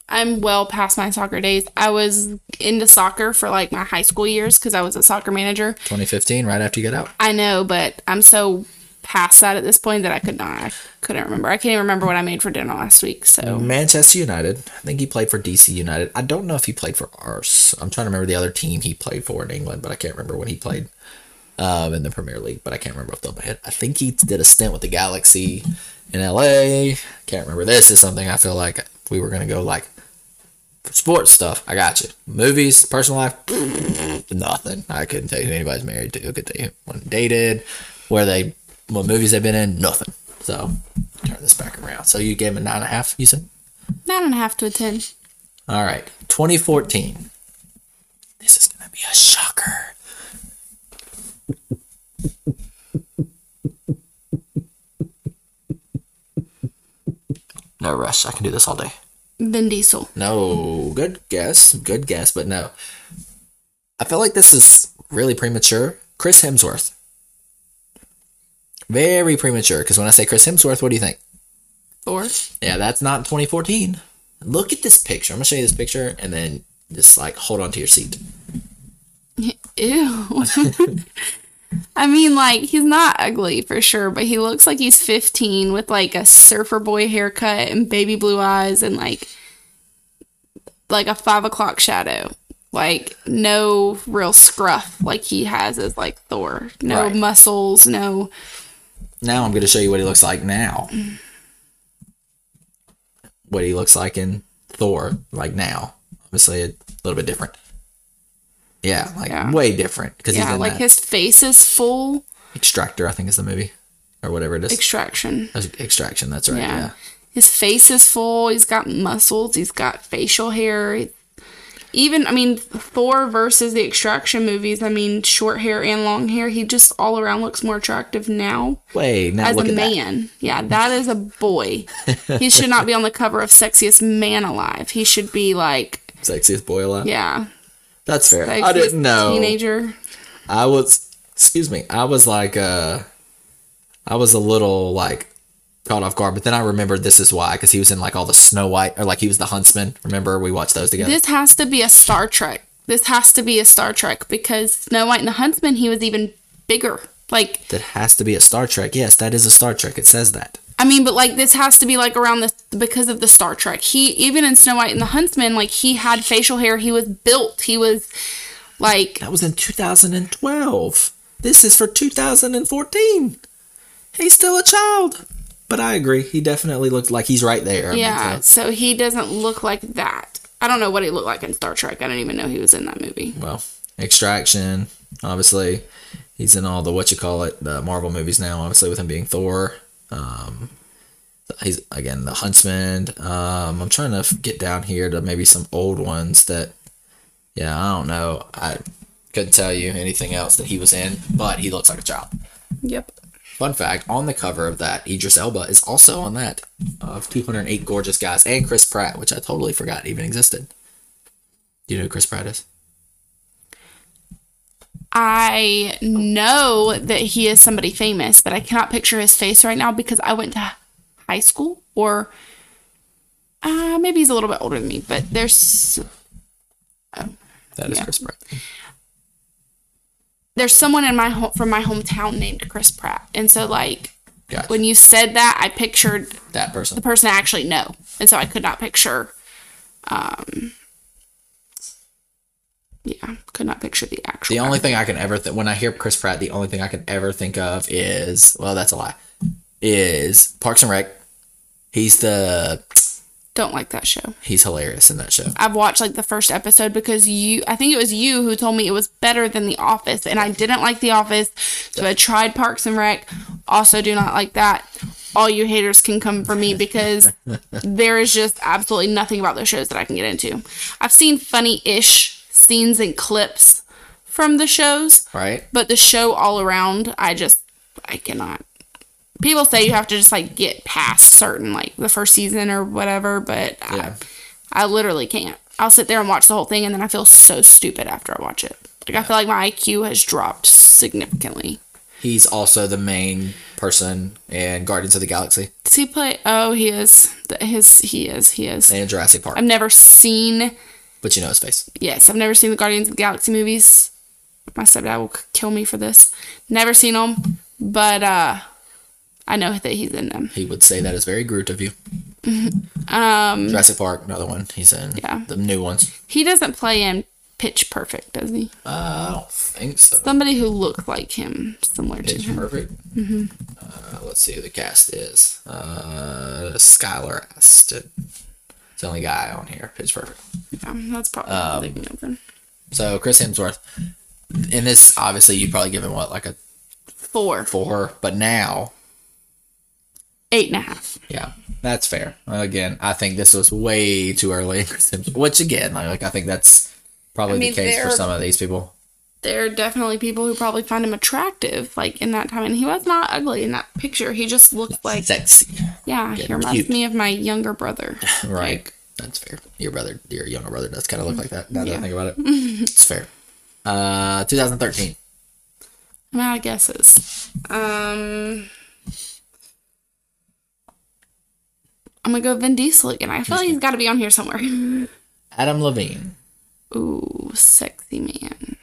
S2: I'm well past my soccer days. I was into soccer for like my high school years because I was a soccer manager.
S1: 2015, right after you got out.
S2: I know, but I'm so past that at this point that I could not. I couldn't remember. I can't even remember what I made for dinner last week.
S1: Mm.
S2: So
S1: Manchester United. I think he played for DC United. I don't know if he played for Ars. I'm trying to remember the other team he played for in England, but I can't remember when he played um, in the Premier League. But I can't remember off the top of my head. I think he did a stint with the Galaxy in LA. Can't remember. This is something I feel like if we were gonna go like for sports stuff. I got you. Movies, personal life, nothing. I couldn't tell you who anybody's married to. Could tell you when dated, where they, what movies they've been in, nothing. So turn this back around. So you gave him a nine and a half. You said.
S2: nine and a half to a ten.
S1: All right, 2014. This is going to be a shocker. No rush. I can do this all day.
S2: Vin Diesel.
S1: No, good guess. Good guess, but no. I feel like this is really premature. Chris Hemsworth. Very premature, because when I say Chris Hemsworth, what do you think?
S2: Thor.
S1: Yeah, that's not 2014. Look at this picture. I'm gonna show you this picture, and then just like hold on to your seat.
S2: Ew. I mean, like, he's not ugly for sure, but he looks like he's 15 with like a surfer boy haircut and baby blue eyes and like, like a five o'clock shadow. Like, no real scruff like he has as like Thor. No
S1: Right.
S2: muscles, no.
S1: Now I'm gonna show you what he looks like now. What he looks like in Thor, like now. Obviously, a little bit different. Yeah, like
S2: Yeah.
S1: way different because he's
S2: Yeah,
S1: in
S2: like
S1: that
S2: his face is full.
S1: Extractor, I think is the movie or whatever it is.
S2: Extraction.
S1: Ex- Extraction. That's right.
S2: Yeah.
S1: yeah.
S2: His face is full. He's got muscles. He's got facial hair. Even, I mean, Thor versus the Extraction movies, I mean, short hair and long hair, he just all around looks more attractive now
S1: Wait, now
S2: as a
S1: look at that.
S2: man. Yeah, that is a boy. he should not be on the cover of Sexiest Man Alive. He should be like,
S1: Sexiest boy alive.
S2: yeah.
S1: That's fair.
S2: Like
S1: I didn't know.
S2: Teenager.
S1: I was, excuse me, I was like, uh, I was a little like caught off guard, but then I remembered this is why, because he was in like all the Snow White, or like he was the huntsman. Remember, we watched those together.
S2: This has to be a Star Trek. This has to be a Star Trek because Snow White and the Huntsman, he was even bigger. Like,
S1: that has to be a Star Trek. Yes, that is a Star Trek. It says that.
S2: I mean, but like this has to be like around this because of the Star Trek. He even in Snow White and the Huntsman, like he had facial hair. He was built. He was like
S1: That was in 2012. This is for 2014. He's still a child. But I agree. He definitely looked like he's right there.
S2: yeah. So he doesn't look like that. I don't know what he looked like in Star Trek. I didn't even know he was in that movie.
S1: well, Extraction, obviously. He's in all the what you call it, the Marvel movies now, obviously with him being Thor. Um, he's again the Huntsman. Um, I'm trying to f- get down here to maybe some old ones that, yeah, I don't know. I couldn't tell you anything else that he was in, but he looks like a child.
S2: Yep.
S1: Fun fact: on the cover of that, Idris Elba is also on that of 208 Gorgeous Guys and Chris Pratt, which I totally forgot even existed. Do you know who Chris Pratt is?
S2: I know that he is somebody famous, but I cannot picture his face right now because I went to high school or uh, maybe he's a little bit older than me. But there's
S1: That is
S2: Yeah.
S1: Chris Pratt.
S2: there's someone in my home from my hometown named Chris Pratt, and so like
S1: Gotcha.
S2: when you said that, I pictured
S1: that person.
S2: the person I actually know, and so I could not picture. Um, yeah, could not picture the actual.
S1: The only thing I can ever th- when I hear Chris Pratt, the only thing I can ever think of is well, that's a lie. Is Parks and Rec. He's the
S2: Don't like that show.
S1: he's hilarious in that show.
S2: I've watched like the first episode because you, I think it was you who told me it was better than The Office, and I didn't like The Office, so I tried Parks and Rec. Also, do not like that. All you haters can come for me because there is just absolutely nothing about those shows that I can get into. I've seen funny ish scenes and clips from the shows,
S1: Right?
S2: but the show all around, I just, I cannot. People say you have to just like get past certain, like the first season or whatever, but I,
S1: Yeah.
S2: I literally can't. I'll sit there and watch the whole thing and then I feel so stupid after I watch it. Like I feel like my IQ has dropped significantly.
S1: He's also the main person in Guardians of the Galaxy
S2: Does he play oh he is Th- his he is he is.
S1: and Jurassic Park.
S2: I've never seen
S1: but you know his face.
S2: yes, I've never seen the Guardians of the Galaxy movies. My stepdad will k- kill me for this. Never seen them, but uh I know that he's in them.
S1: He would say that is very Groot of you.
S2: Um
S1: Jurassic Park, another one. He's in
S2: Yeah.
S1: the new ones.
S2: he doesn't play in Pitch Perfect, does he?
S1: Uh, I don't think so.
S2: Somebody who looked like him, similar to
S1: Pitch
S2: him.
S1: Perfect.
S2: Mm-hmm.
S1: Uh, let's see who the cast is. Uh, Skylar Aston. It's the only guy on here. Pitch Perfect. Um,
S2: Yeah, Um, that's probably what I'm thinking of them.
S1: So Chris Hemsworth. In this, obviously, you'd probably give him what like a
S2: Four.
S1: four, but now,
S2: Eight and a half.
S1: yeah, that's fair. Again, I think this was way too early. Chris Hemsworth- Which again, like, like I think that's probably
S2: I mean,
S1: the case for
S2: they're-
S1: some of these people.
S2: there are definitely people who probably find him attractive, like in that time. And he was not ugly in that picture. He just looked like,
S1: Sexy,
S2: yeah, he
S1: getting
S2: reminds
S1: cute.
S2: me of my younger brother.
S1: right? that's fair. Your brother, your younger brother, does kind of look like that. Now that I
S2: Yeah.
S1: think about it, it's fair. Uh, 2013.
S2: I'm out of guesses. Um, I'm gonna go Vin Diesel again. I feel like he's got to be on here somewhere.
S1: Adam Levine.
S2: Ooh, sexy man.
S1: And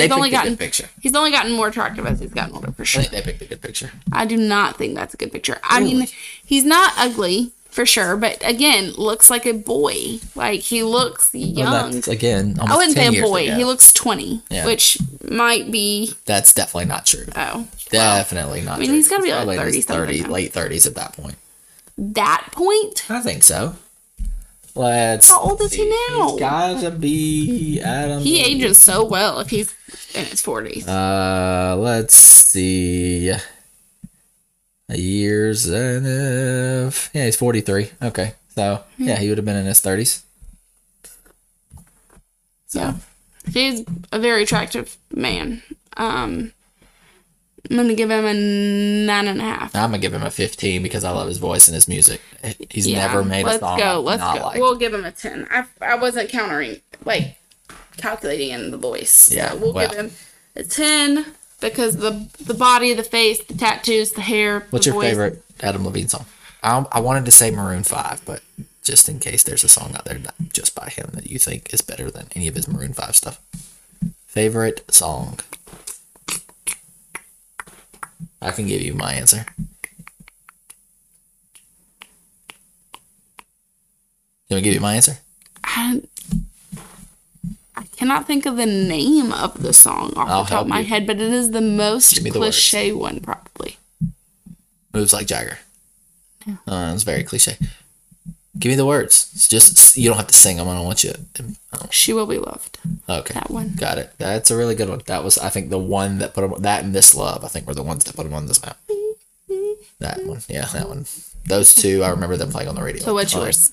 S2: He's only
S1: picked a
S2: gotten
S1: good picture.
S2: he's only gotten more attractive as he's gotten older for
S1: I
S2: sure.
S1: think they picked a good picture.
S2: I do not think that's a good picture. I mean, he's not ugly for sure, but again, looks like a boy. Like he looks
S1: Well,
S2: young.
S1: that's, again, almost
S2: I wouldn't
S1: 10
S2: say a
S1: years
S2: boy.
S1: ago.
S2: He looks 20,
S1: Yeah.
S2: which might be
S1: that's definitely not true.
S2: oh,
S1: Definitely not. I
S2: mean, he's gotta be like 30 something now.
S1: late thirties at that point.
S2: that point.
S1: I think so. Let's.
S2: How old is he
S1: see.
S2: now?
S1: He's gotta be Adam.
S2: He ages so well if he's in his 40s.
S1: Uh, let's see. Years and if yeah, he's forty three. Okay, so yeah, he would have been in his thirties.
S2: So he's a very attractive man. Um, I'm gonna give him a nine and a half.
S1: I'm gonna give him a fifteen because I love his voice and his music. He's
S2: Yeah,
S1: never made
S2: let's
S1: a song
S2: go.
S1: I've
S2: Let's
S1: not
S2: go.
S1: liked.
S2: We'll give him a ten. I, I wasn't countering like calculating in the voice.
S1: Yeah,
S2: so we'll
S1: well.
S2: give him a ten because the the body, the face, the tattoos, the hair.
S1: What's
S2: the
S1: your
S2: voice.
S1: favorite Adam Levine song? I, I wanted to say Maroon Five, but just in case there's a song out there not just by him that you think is better than any of his Maroon Five stuff. Favorite song? I can give you my answer. Can I give you my answer?
S2: I, I cannot think of the name of the song off
S1: I'll
S2: the top
S1: help
S2: of my
S1: you.
S2: head, but it is the most
S1: Give me the words.
S2: cliche one probably.
S1: Moves like Jagger. Uh, it's very cliche. Give me the words. It's just you don't have to sing them. I don't want you. oh,
S2: She will be loved.
S1: Okay.
S2: That one.
S1: Got it. That's a really good one. That was, I think, the one that put him that and this love. I think were the ones that put him on this map. That one, yeah, that one. Those two, I remember them playing on the radio.
S2: So what's
S1: Like,
S2: yours?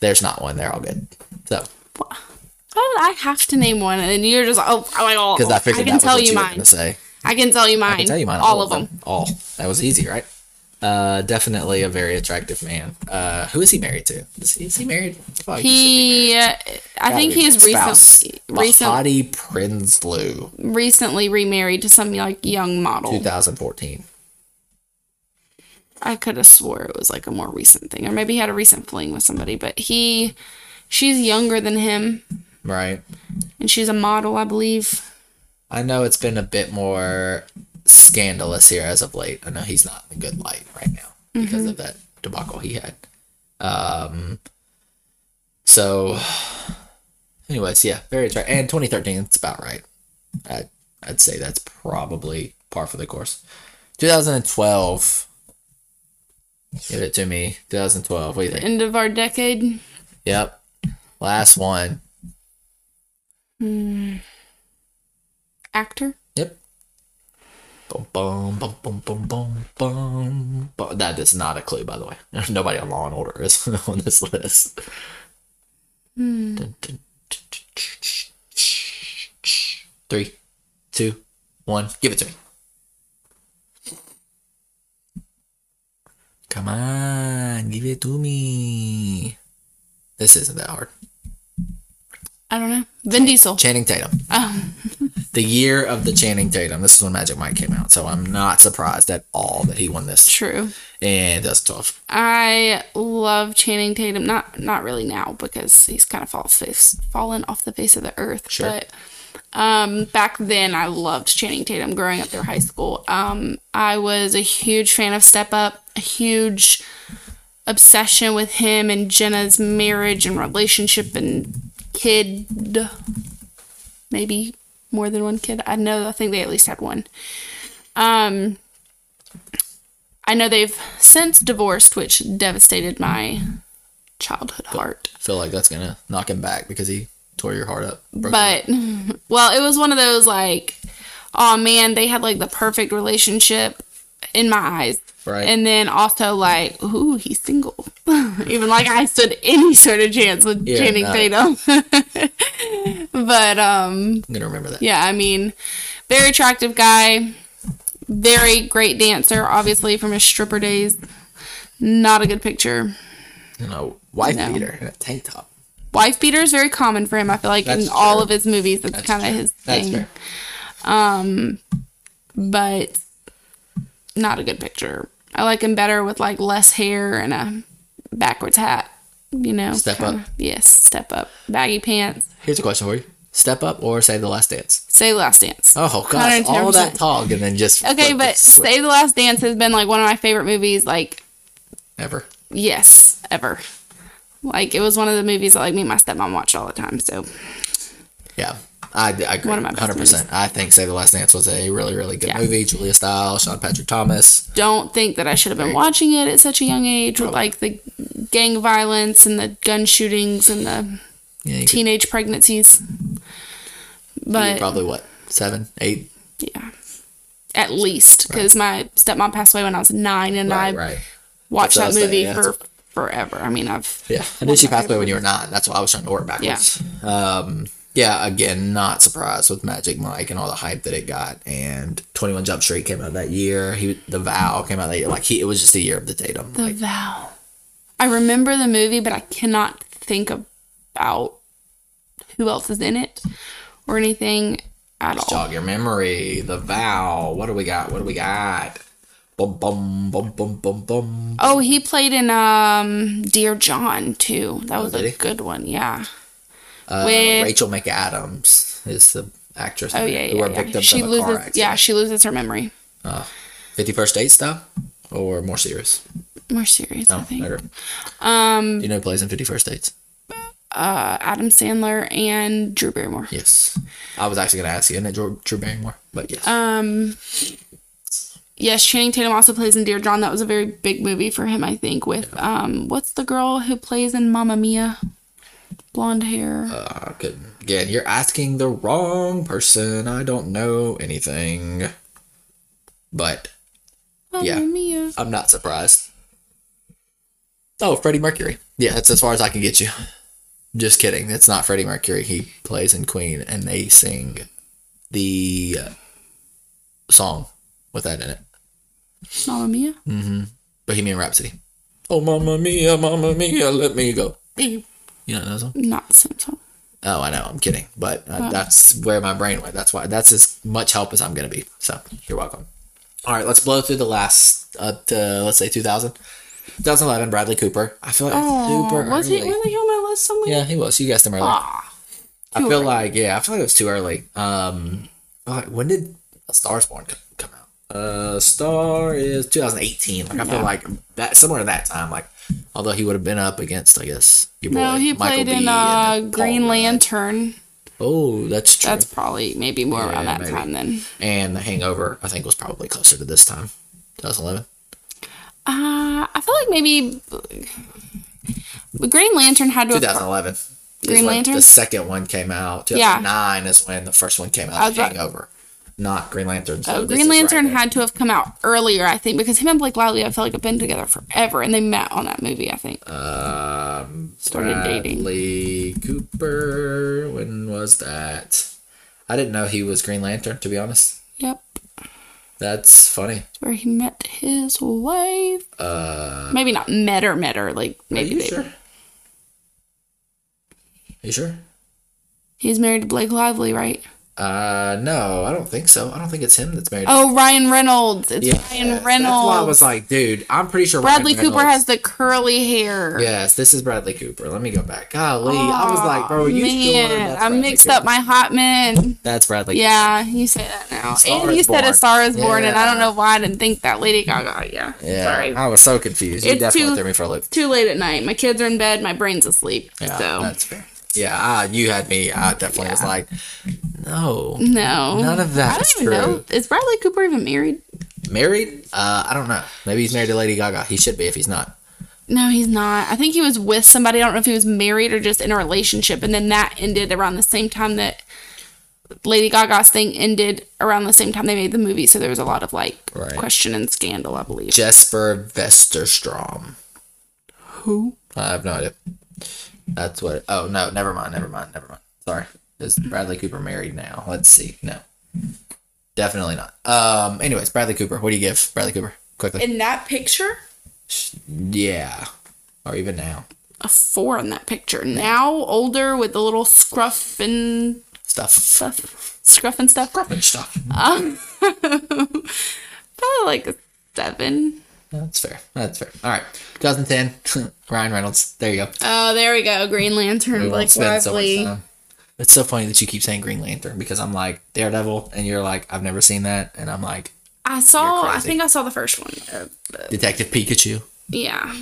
S1: There's not one. They're all good. So
S2: Why did I have to name one? And you're just oh, I'm like, oh
S1: because I figured
S2: can
S1: that was
S2: tell
S1: what you
S2: you
S1: were
S2: mine.
S1: gonna say.
S2: I can tell you mine.
S1: I can tell you mine.
S2: All, of them.
S1: All. That was easy, right? Uh, definitely a very attractive man. Uh, who is he married to? Is he, is he married? Fuck, should be married.
S2: He, uh, I
S1: Gotta
S2: think
S1: be.
S2: he is
S1: Spouse.
S2: recently recent,
S1: Mahati Prinsloo,
S2: recently remarried to some like young model.
S1: 2014.
S2: I could have swore it was like a more recent thing, or maybe he had a recent fling with somebody. But he, she's younger than him,
S1: Right.
S2: and she's a model, I believe.
S1: I know it's been a bit more scandalous here as of late. I know he's not in a good light right now because
S2: Mm-hmm.
S1: of that debacle he had. Um, so, anyways, yeah, very attractive. And 2013, it's about right. I, I'd say that's probably par for the course. 2012, give it to me. 2012, what do you think?
S2: End of our decade.
S1: Yep, last one.
S2: Actor.
S1: Yep. Boom, boom, boom, boom, boom, boom, boom. But that is not a clue, by the way. Nobody on Law and Order is on this list. Dun, dun, tch, tch, tch, tch, tch, tch. Three, two, one. Give it to me. Come on, give it to me. This isn't that hard.
S2: I don't know. Vin Diesel.
S1: Channing Tatum.
S2: Oh,
S1: the year of the Channing Tatum. This is when Magic Mike came out, so I'm not surprised at all that he won this.
S2: true.
S1: And that's tough.
S2: I love Channing Tatum. Not not really now because he's kind of fall face, fallen off the face of the earth.
S1: Sure.
S2: But um, back then, I loved Channing Tatum growing up through high school. Um, I was a huge fan of Step Up. A huge obsession with him and Jenna's marriage and relationship and kid. Maybe more than one kid. I know. I think they at least had one. Um. I know they've since divorced, which devastated my childhood heart.
S1: I feel like that's gonna knock him back because he tore your heart up. broke your heart.
S2: But, well, it was one of those like, oh man, they had like the perfect relationship in my eyes.
S1: Right.
S2: And then also like, ooh, he's single. Even like I stood any sort of chance with
S1: Yeah,
S2: Channing
S1: no.
S2: Tatum. but um,
S1: I'm gonna remember that.
S2: yeah, I mean, very attractive guy, very great dancer, obviously from his stripper days. Not a good picture.
S1: You know, wife
S2: No.
S1: beater and a tank top.
S2: wife beater is very common for him. I feel like
S1: That's
S2: in all
S1: true.
S2: of his movies, that's,
S1: That's
S2: kind of
S1: true.
S2: his
S1: That's
S2: thing.
S1: fair.
S2: But not a good picture. I like him better with like less hair and a backwards hat, you know.
S1: Step
S2: kinda-
S1: up.
S2: Yes, step up. Baggy pants.
S1: Here's a question for you: Step up or Save the Last Dance?
S2: Say the last dance.
S1: Oh gosh, all
S2: 110%.
S1: that talk and then just
S2: Okay,
S1: flip
S2: but
S1: the switch.
S2: Save the Last Dance has been like one of my favorite movies, like,
S1: never.
S2: yes, ever. Like, it was one of the movies that, like, me and my stepmom watched all the time. So,
S1: Yeah, I, I agree.
S2: One of my best
S1: hundred percent. I think Save the Last Dance was a really, really good
S2: Yeah.
S1: movie. Julia Stiles, Sean Patrick Thomas.
S2: don't think that I should have been watching it at such a young age with, like, the gang violence and the gun shootings and the
S1: Yeah, you could-
S2: teenage pregnancies.
S1: you were
S2: But,
S1: probably what seven, eight.
S2: yeah. At least, because my stepmom passed away when I was nine, and I
S1: Right, right.
S2: watched that
S1: That's what I was
S2: movie
S1: saying, yeah.
S2: for forever. I mean, I've
S1: Yeah, and then she passed away when you were nine. That's why I was trying to work backwards. Yeah. Um, yeah. Again, not surprised with Magic Mike and all the hype that it got. And Twenty One Jump Street came out that year. He, The Vow came out that year. Like he, it was just the year of the Tatum.
S2: The
S1: like,
S2: Vow. I remember the movie, but I cannot think about who else is in it or anything at all.
S1: jog your memory. The Vow. What do we got? What do we got? Bum bum bum bum bum bum.
S2: Oh, he played in um Dear John too. That was
S1: Oh, did
S2: a
S1: he?
S2: good one. Yeah.
S1: Uh,
S2: With-
S1: Rachel McAdams is the actress.
S2: Oh yeah,
S1: Who
S2: yeah.
S1: were
S2: yeah.
S1: victims
S2: She
S1: of a
S2: loses.
S1: car accident.
S2: Yeah, she loses her memory.
S1: Fifty First Date style, or more serious.
S2: More serious, I
S1: No,
S2: think.
S1: better. Um, you know who plays in Fifty First Dates?
S2: Uh, Adam Sandler and Drew Barrymore.
S1: Yes. I was actually going to ask you, isn't it Drew, Drew Barrymore? But yes.
S2: Um, Yes, Channing Tatum also plays in Dear John. That was a very big movie for him, I think. With um, what's the girl who plays in Mamma Mia? Blonde hair.
S1: Uh, I could, again, you're asking the wrong person. I don't know anything. But
S2: Mamma
S1: yeah.
S2: Mia.
S1: I'm not surprised. Oh, Freddie Mercury. Yeah, that's as far as I can get you. Just kidding. It's not Freddie Mercury. He plays in Queen and they sing the uh, song with that in it
S2: Mamma Mia.
S1: Mm. Bohemian Rhapsody. Oh, Mamma Mia, Mamma Mia, let me go. Beep. You know that song?
S2: Eh, Not the same song.
S1: Oh, I know. I'm kidding, but uh, that's where my brain went. That's why. That's as much help as I'm gonna be. So you're welcome. All right, let's blow through the last up to let's say 2000, 2011. Bradley Cooper. I feel like
S2: Oh,
S1: it's super
S2: was
S1: early.
S2: it really on my list somewhere?
S1: Yeah, he was. You guessed him early.
S2: Ah,
S1: I
S2: too
S1: feel
S2: early.
S1: like yeah, I feel like it was too early. Um, all right, when did A Star Is Born co- come out? Uh, Star is 2018. Like I feel
S2: Yeah.
S1: like that somewhere in that time. Like although he would have been up against, I guess your boy
S2: no, he
S1: Michael
S2: played
S1: B.
S2: in
S1: and
S2: uh,
S1: Paul
S2: Green
S1: Rudd.
S2: Lantern.
S1: Oh, that's true.
S2: That's probably maybe more around
S1: Yeah,
S2: that
S1: maybe.
S2: time then.
S1: and The Hangover, I think, was probably closer to this time, 2011.
S2: Uh, I feel like maybe the Green Lantern had to. have-
S1: 2011. is
S2: Green
S1: when
S2: Lantern?
S1: The second one came out.
S2: Yeah.
S1: 2009 is when the first one came
S2: I
S1: out.
S2: was
S1: The
S2: about-
S1: Hangover, not Green Lantern. so
S2: Oh,
S1: this
S2: Green
S1: is right
S2: Lantern
S1: there.
S2: had to have come out earlier, I think, because him and Blake Lively, I feel like, have been together forever, and they met on that movie, I think.
S1: um,
S2: started dating.
S1: Bradley Cooper. When was that? I didn't know he was Green Lantern. To be honest,
S2: Yep,
S1: that's funny.
S2: it's where he met his wife.
S1: Uh,
S2: Maybe not met her, met her. Like
S1: are
S2: maybe
S1: you
S2: they,
S1: sure? you sure?
S2: he's married to Blake Lively, right?
S1: Uh, no, I don't think so. I don't think it's him that's married.
S2: Oh, Ryan Reynolds. It's
S1: Yeah,
S2: Ryan
S1: That's
S2: Reynolds.
S1: why I was like, dude, I'm pretty sure
S2: Bradley
S1: Ryan
S2: Cooper has
S1: Reynolds-
S2: the curly hair.
S1: Yes, this is Bradley Cooper. Let me go back. Golly, I was like, bro, are you sure?
S2: Man,
S1: That's
S2: I
S1: Bradley
S2: mixed
S1: Cooper.
S2: up my hot men.
S1: That's Bradley.
S2: Yeah, you say that now.
S1: Star
S2: and you
S1: is
S2: said
S1: Born.
S2: a star is born, and I don't
S1: Yeah.
S2: know why I didn't think that. Lady Gaga. Yeah.
S1: Yeah,
S2: Sorry.
S1: I was so confused. You
S2: It's
S1: definitely
S2: too-
S1: threw me for a loop.
S2: too late at night. My kids are in bed. My brain's asleep.
S1: Yeah,
S2: so
S1: that's fair. Yeah, I, you had me. I definitely was like, no,
S2: no,
S1: none of that
S2: I
S1: is
S2: don't even know. Is Bradley Cooper even married?
S1: married. Uh, I don't know. Maybe he's married to Lady Gaga. He should be if he's not.
S2: No, he's not. I think he was with somebody. I don't know if he was married or just in a relationship, and then that ended around the same time that Lady Gaga's thing ended around the same time they made the movie. So there was a lot of like
S1: Right.
S2: question and scandal, I believe.
S1: Jesper Vesterstrom.
S2: Who?
S1: I have no idea. That's what. Oh no, never mind, never mind, never mind. Sorry. Is Bradley Cooper married now? Let's see. No, definitely not. Um. Anyways, Bradley Cooper. What do you give Bradley Cooper? Quickly.
S2: In that picture,
S1: yeah. Or even now.
S2: a four in that picture. Now older with the little scruff and
S1: Stuff.
S2: stuff, scruff and stuff.
S1: Stuff.
S2: Probably like a seven.
S1: That's fair. That's fair. All right. 2010, Ryan Reynolds. There you go.
S2: Oh, there we go. Green Lantern,
S1: We won't
S2: Blake
S1: spend so much
S2: Lively.
S1: time. It's so funny that you keep saying Green Lantern because I'm like Daredevil, and you're like I've never seen that, and I'm like
S2: I saw.
S1: You're
S2: I
S1: crazy.
S2: think I saw the first one. Uh, but-
S1: Detective Pikachu
S2: yeah,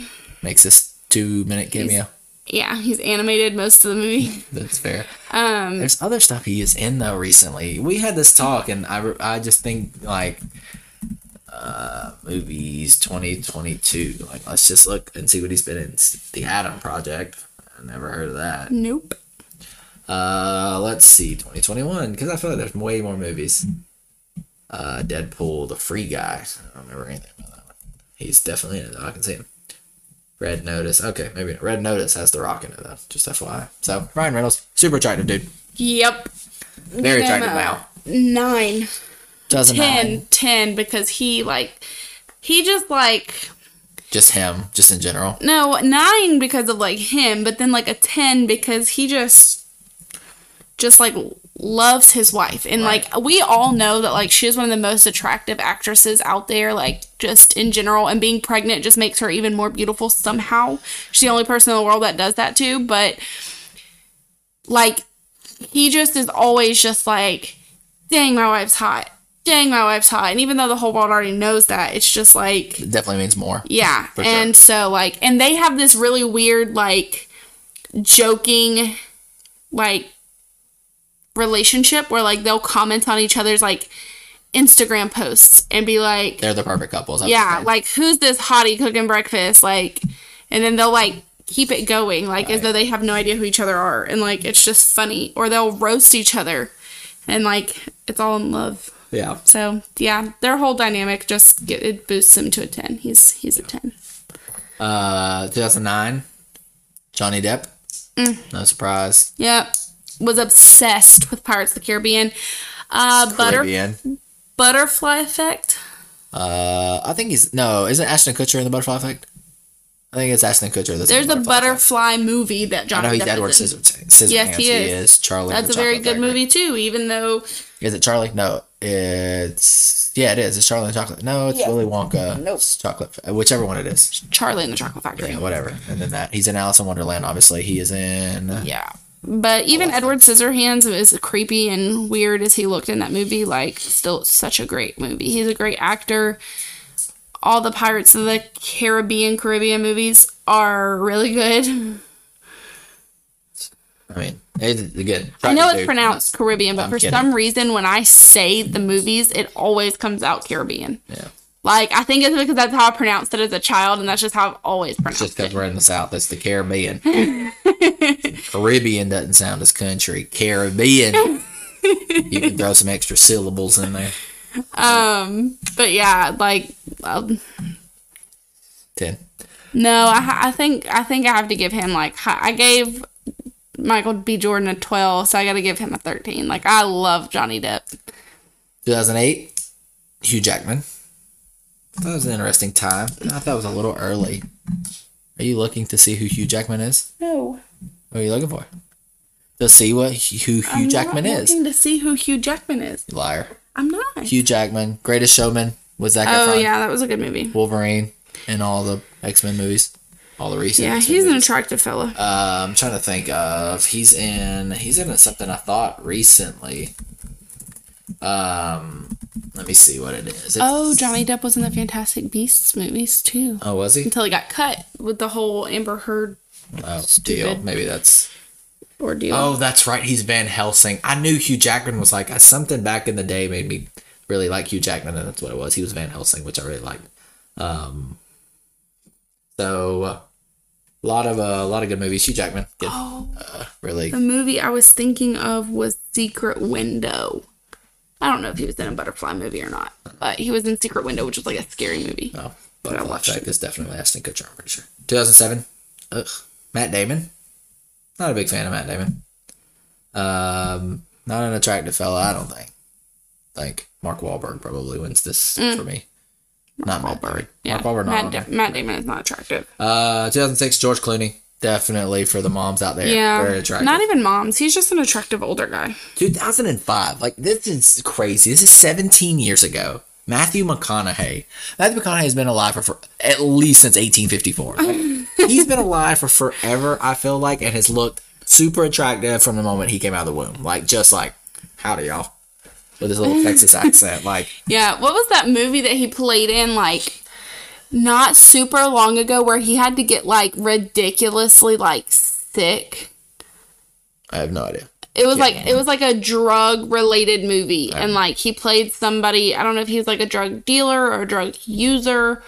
S1: makes this two minute cameo.
S2: yeah. He's animated most of the movie.
S1: That's fair.
S2: Um,
S1: There's other stuff he is in though recently. We had this talk, and I, re- I just think like uh movies 2022. Like let's just look and see what he's been in. It's the Adam Project. I never heard of that.
S2: nope.
S1: Uh, let's see, 2021, because I feel like there's way more movies. Uh, Deadpool, The Free Guy. I don't remember anything about that one. He's definitely in it, though. I can see him. Red Notice. Okay, maybe not. Red Notice has The Rock in it, though. Just FYI. So, Ryan Reynolds, super attractive, dude.
S2: Yep.
S1: Very
S2: Give him
S1: attractive
S2: a
S1: now.
S2: Nine.
S1: Doesn't matter.
S2: 10, 10 because he like he just like
S1: Just him, just in general.
S2: no nine because of like him but then like a 10 because he just just like loves his wife and like we all know that like she is one of the most attractive actresses out there like just in general and being pregnant just makes her even more beautiful somehow she's the only person in the world that does that too but like he just is always just like, dang, my wife's hot. Dang, my wife's hot. And even though the whole world already knows that, it's just like,
S1: It definitely means more.
S2: yeah.
S1: sure.
S2: And so, like, and they have this really weird, like, joking, like, relationship where, like, they'll comment on each other's, like, Instagram posts and be like,
S1: They're the perfect couples. I would
S2: yeah,
S1: say.
S2: like who's this hottie cooking breakfast? Like, and then they'll like keep it going, like as though they have no idea who each other are, and like it's just funny. Or they'll roast each other, and like it's all in love.
S1: yeah.
S2: So yeah, their whole dynamic just get, it boosts him to a ten. He's he's a ten.
S1: Uh, 2009, Johnny Depp.
S2: Mm.
S1: No surprise.
S2: Yep, was obsessed with Pirates of the Caribbean. Uh, butter,
S1: Caribbean.
S2: butterfly effect.
S1: Uh, I think he's no. Isn't Ashton Kutcher in the Butterfly Effect? I think it's Ashton Kutcher. That's in
S2: There's
S1: the
S2: a butterfly movie that
S1: I
S2: Johnny
S1: know he's
S2: Depp
S1: Edward
S2: is in.
S1: Scissorhands. Scissorhands.
S2: Yes, he is.
S1: Charlie. and
S2: That's a
S1: the
S2: very
S1: Chocolate
S2: good
S1: Factory.
S2: movie too, even though
S1: Is it Charlie? No, it's yeah, it is. It's Charlie and the Chocolate. No, it's Willy Wonka. No, it's chocolate. Whichever one it is.
S2: Charlie and the Chocolate Factory.
S1: Yeah, whatever. And then that he's in Alice in Wonderland. Obviously, he is in.
S2: Yeah. But even Edward Scissorhands, as creepy and weird as he looked in that movie, like, still such a great movie. He's a great actor. All the Pirates of the Caribbean, Caribbean movies are really good.
S1: I mean, it's good.
S2: I know
S1: Dude.
S2: it's pronounced Caribbean, but
S1: I'm
S2: for
S1: kidding.
S2: some reason, when I say the movies, it always comes out Caribbean.
S1: Yeah,
S2: Like, I think it's because that's how I pronounced it as a child, and that's just how I've always pronounced
S1: just
S2: it.
S1: because we're in the South, it's the Caribbean. Caribbean doesn't sound as country. Caribbean. you can throw some extra syllables in there.
S2: Um, but yeah, like, um,
S1: Ten.
S2: No, I, ha- I think I think I have to give him like hi- I gave Michael B. Jordan a twelve, so I got to give him a thirteen. Like I love Johnny Depp.
S1: 2008, Hugh Jackman. That was an interesting time. I thought it was a little early. Are you looking to see who Hugh Jackman is?
S2: No,
S1: What are you looking for? To see what who Hugh Jackman is.
S2: to see who Hugh Jackman is.
S1: You liar.
S2: I'm not.
S1: Hugh Jackman, Greatest Showman, was Zac
S2: oh
S1: Efron,
S2: yeah, that was a good movie.
S1: Wolverine, and all the X Men movies, all the recent.
S2: Yeah,
S1: X-Men
S2: he's an
S1: movies.
S2: attractive fella.
S1: Uh, I'm trying to think of. He's in. He's in something I thought recently. Um, let me see what it is. It's-
S2: Oh, Johnny Depp was in the Fantastic Beasts movies too,
S1: Oh, was he?
S2: until he got cut with the whole Amber Heard
S1: Oh, deal.
S2: Stupid.
S1: Maybe that's.
S2: ordeal.
S1: Oh, that's right. He's Van Helsing. I knew Hugh Jackman was like something back in the day made me really like Hugh Jackman, and that's what it was. He was Van Helsing, which I really liked. Um, so a lot of uh, a lot of good movies. Hugh Jackman, good,
S2: Oh.
S1: uh, really.
S2: The movie I was thinking of was Secret Window. I don't know if he was in a butterfly movie or not, but he was in Secret Window, which was like a scary movie.
S1: Oh,
S2: I
S1: but
S2: watched
S1: Flashback is definitely Ashton Kutcher. I'm pretty sure. 2007. Ugh. Matt Damon. Not a big fan of Matt Damon. Um, not an attractive fella, I don't think. Like Mark Wahlberg probably wins this for me. not Matt Wahlberg.
S2: Yeah,
S1: Mark Wahlberg. Not
S2: Mm. Matt,
S1: on
S2: da-
S1: there.
S2: Matt Damon is not attractive.
S1: Uh, 2006. George Clooney. Definitely for the moms out there. Very
S2: yeah,
S1: attractive.
S2: not even moms. He's just an attractive older guy.
S1: 2005. Like this is crazy. This is 17 years ago. Matthew McConaughey. Matthew McConaughey has been alive for, for at least since 1854. Like, he's been alive for forever, I feel like, and has looked super attractive from the moment he came out of the womb. Like, just like, howdy, y'all. With his little Texas accent. Like,
S2: Yeah, what was that movie that he played in like not super long ago where he had to get like ridiculously like sick?
S1: I have no idea.
S2: It was like it was like a drug related movie and like he played somebody, I don't know if he was like a drug dealer or a drug user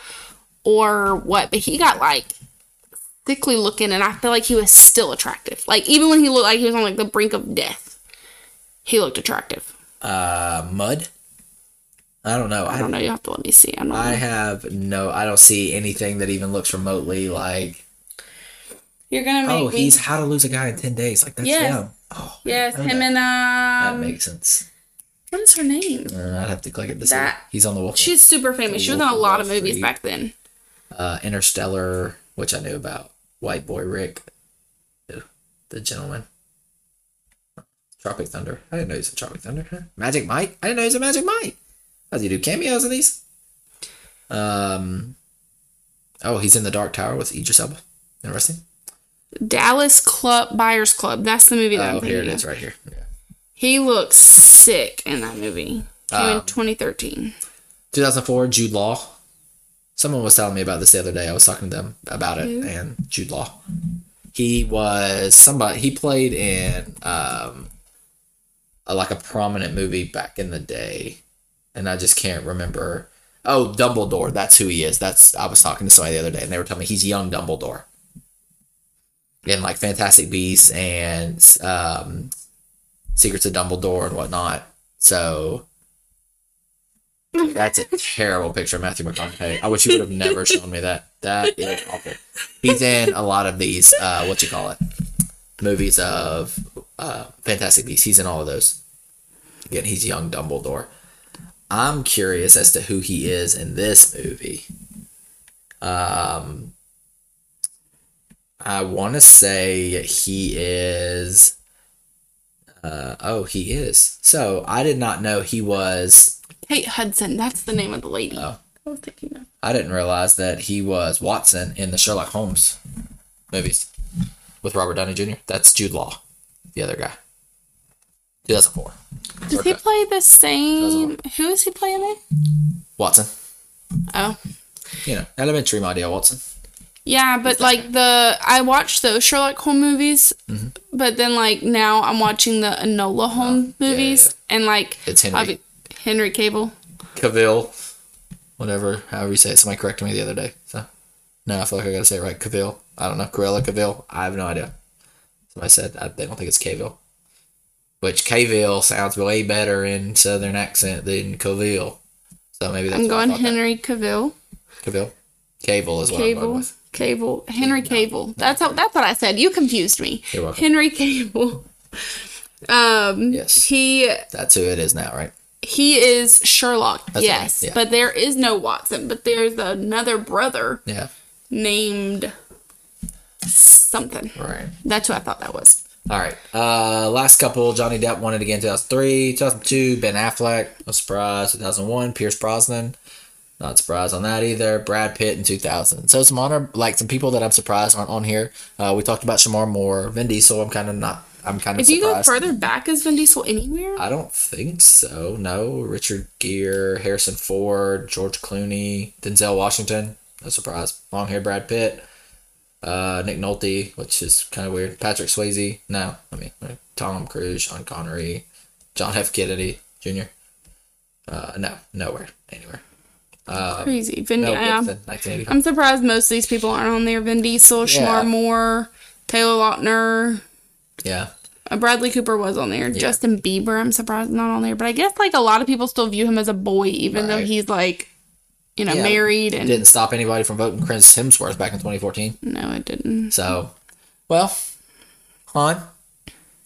S2: or what, but he got like sickly looking and I feel like he was still attractive. Like even when he looked like he was on like the brink of death, he looked attractive.
S1: Uh, mud? I don't know.
S2: I don't know, you have to let me see. I'm not
S1: I have no, I don't see anything that even looks remotely like,
S2: You're gonna make
S1: oh,
S2: me
S1: he's how to lose a guy in 10 days. Like, that's
S2: Yes.
S1: him. Oh,
S2: Yes,
S1: I don't
S2: him
S1: know.
S2: and
S1: That
S2: um,
S1: makes sense.
S2: what is her name?
S1: Uh, I'd have to click it this
S2: that-
S1: way. He's on the wall.
S2: She's super famous. She was in a lot of movies back then.
S1: uh, Interstellar, which I knew about. White Boy Rick, the, the gentleman. Tropic Thunder. I didn't know he was in Tropic Thunder. Huh? Magic Mike. I didn't know he was in Magic Mike. How does he do cameos in these? Um. Oh, he's in the Dark Tower with Idris Elba. Never seen.
S2: Dallas Club Buyers Club. That's the movie that
S1: Oh,
S2: I'm
S1: here it
S2: thinking of.
S1: is, right here. Yeah.
S2: He looks sick in that movie. Came
S1: Um,
S2: in 2013.
S1: 2004, Jude Law. Someone was telling me about this the other day. I was talking to them about it, and Jude Law. He was somebody. He played in um, a, like a prominent movie back in the day, and I just can't remember. Oh, Dumbledore. That's who he is. That's I was talking to somebody the other day, and they were telling me he's young Dumbledore. In like Fantastic Beasts and um, Secrets of Dumbledore and whatnot. So that's a terrible picture of Matthew McConaughey. I wish you would have never shown me that. That is awful. He's in a lot of these, uh, what you call it, movies of uh, Fantastic Beasts. He's in all of those. Again, he's young Dumbledore. I'm curious as to who he is in this movie. Um, I want to say he is. Uh, oh, he is. So I did not know he was
S2: Kate Hudson. That's the name of the lady.
S1: Oh.
S2: I was thinking of.
S1: I didn't realize that he was Watson in the Sherlock Holmes movies with Robert Downey Jr. That's Jude Law, the other guy. 2004.
S2: Does he
S1: Okay.
S2: play the same? Who is he playing in?
S1: Watson.
S2: Oh.
S1: You know, elementary, my dear Watson.
S2: Yeah, but like the I watched those Sherlock Holmes movies,
S1: Mm-hmm.
S2: but then like now I'm watching the Enola Holmes
S1: Oh. yeah,
S2: movies, and like
S1: It's Henry.
S2: I'll be- Henry Cable.
S1: Cavill. Whatever, however you say it. Somebody corrected me the other day. So, no, I feel like I gotta say it right. Cavill. I don't know. Corella Cavill. I have no idea. Somebody said I, they don't think it's Cavill. Which Cavill sounds way better in Southern accent than Cavill. So maybe that's
S2: I'm
S1: why I
S2: going
S1: thought that.
S2: Henry Cavill.
S1: Cavill. Cable is what I'm going
S2: Cable.
S1: with.
S2: Cable. Henry Cable. That's how, that's what I said. You confused me.
S1: You're welcome.
S2: Henry Cable. Um
S1: Yes.
S2: he
S1: That's who it is now, right?
S2: he is Sherlock.
S1: That's
S2: yes.
S1: right, yeah.
S2: But there is no Watson, but there's another brother
S1: Yeah.
S2: named something.
S1: Right.
S2: That's who I thought that was.
S1: All right. Uh, last couple. Johnny Depp won it again. 2003, 2002. Ben Affleck. No surprise. 2001. Pierce Brosnan. Not surprised on that either. Brad Pitt in 2000. So some honor, like some people that I'm surprised aren't on here. Uh, we talked about Shamar Moore, Vin Diesel. I'm kind of not. I'm kind of
S2: If you go
S1: surprised.
S2: further back, is Vin Diesel anywhere?
S1: I don't think so. No, Richard Gere, Harrison Ford, George Clooney, Denzel Washington. No surprise. Long hair, Brad Pitt, uh, Nick Nolte, which is kind of weird. Patrick Swayze. No, I mean uh, Tom Cruise, Sean Connery, John F. Kennedy Jr. Uh, no, nowhere, anywhere.
S2: Crazy. Vin
S1: No,
S2: yeah.
S1: Gibson, 1985.
S2: I'm surprised most of these people aren't on there. Vin Diesel,
S1: Yeah.
S2: Shamar Moore, Taylor Lautner,
S1: Yeah,
S2: Uh, Bradley Cooper was on there. Justin Bieber, I'm surprised not on there, but I guess like a lot of people still view him as a boy, even though
S1: Right.
S2: he's like, you know,
S1: Yeah.
S2: married and
S1: didn't stop anybody from voting Chris Hemsworth back in 2014.
S2: no, it didn't.
S1: So, well, on.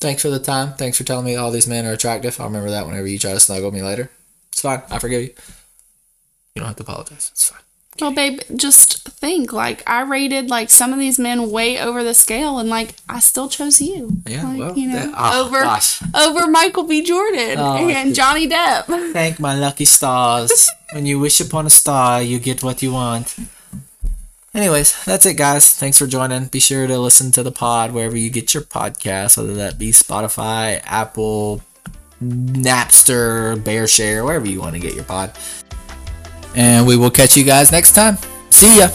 S1: Thanks for the time. Thanks for telling me all these men are attractive. I'll remember that whenever you try to snuggle me later. It's fine. I forgive you. You don't have to apologize. It's fine.
S2: Well, babe, just think like I rated like some of these men way over the scale, and like I still chose you.
S1: Yeah,
S2: like,
S1: well,
S2: you know,
S1: that- oh,
S2: over
S1: gosh.
S2: over Michael B. Jordan
S1: Oh, I
S2: and
S1: see.
S2: Johnny Depp.
S1: Thank my lucky stars. when you wish upon a star, you get what you want. Anyways, that's it, guys. Thanks for joining. Be sure to listen to the pod wherever you get your podcasts, whether that be Spotify, Apple, Napster, Bearshare, wherever you want to get your pod. And we will catch you guys next time. See ya.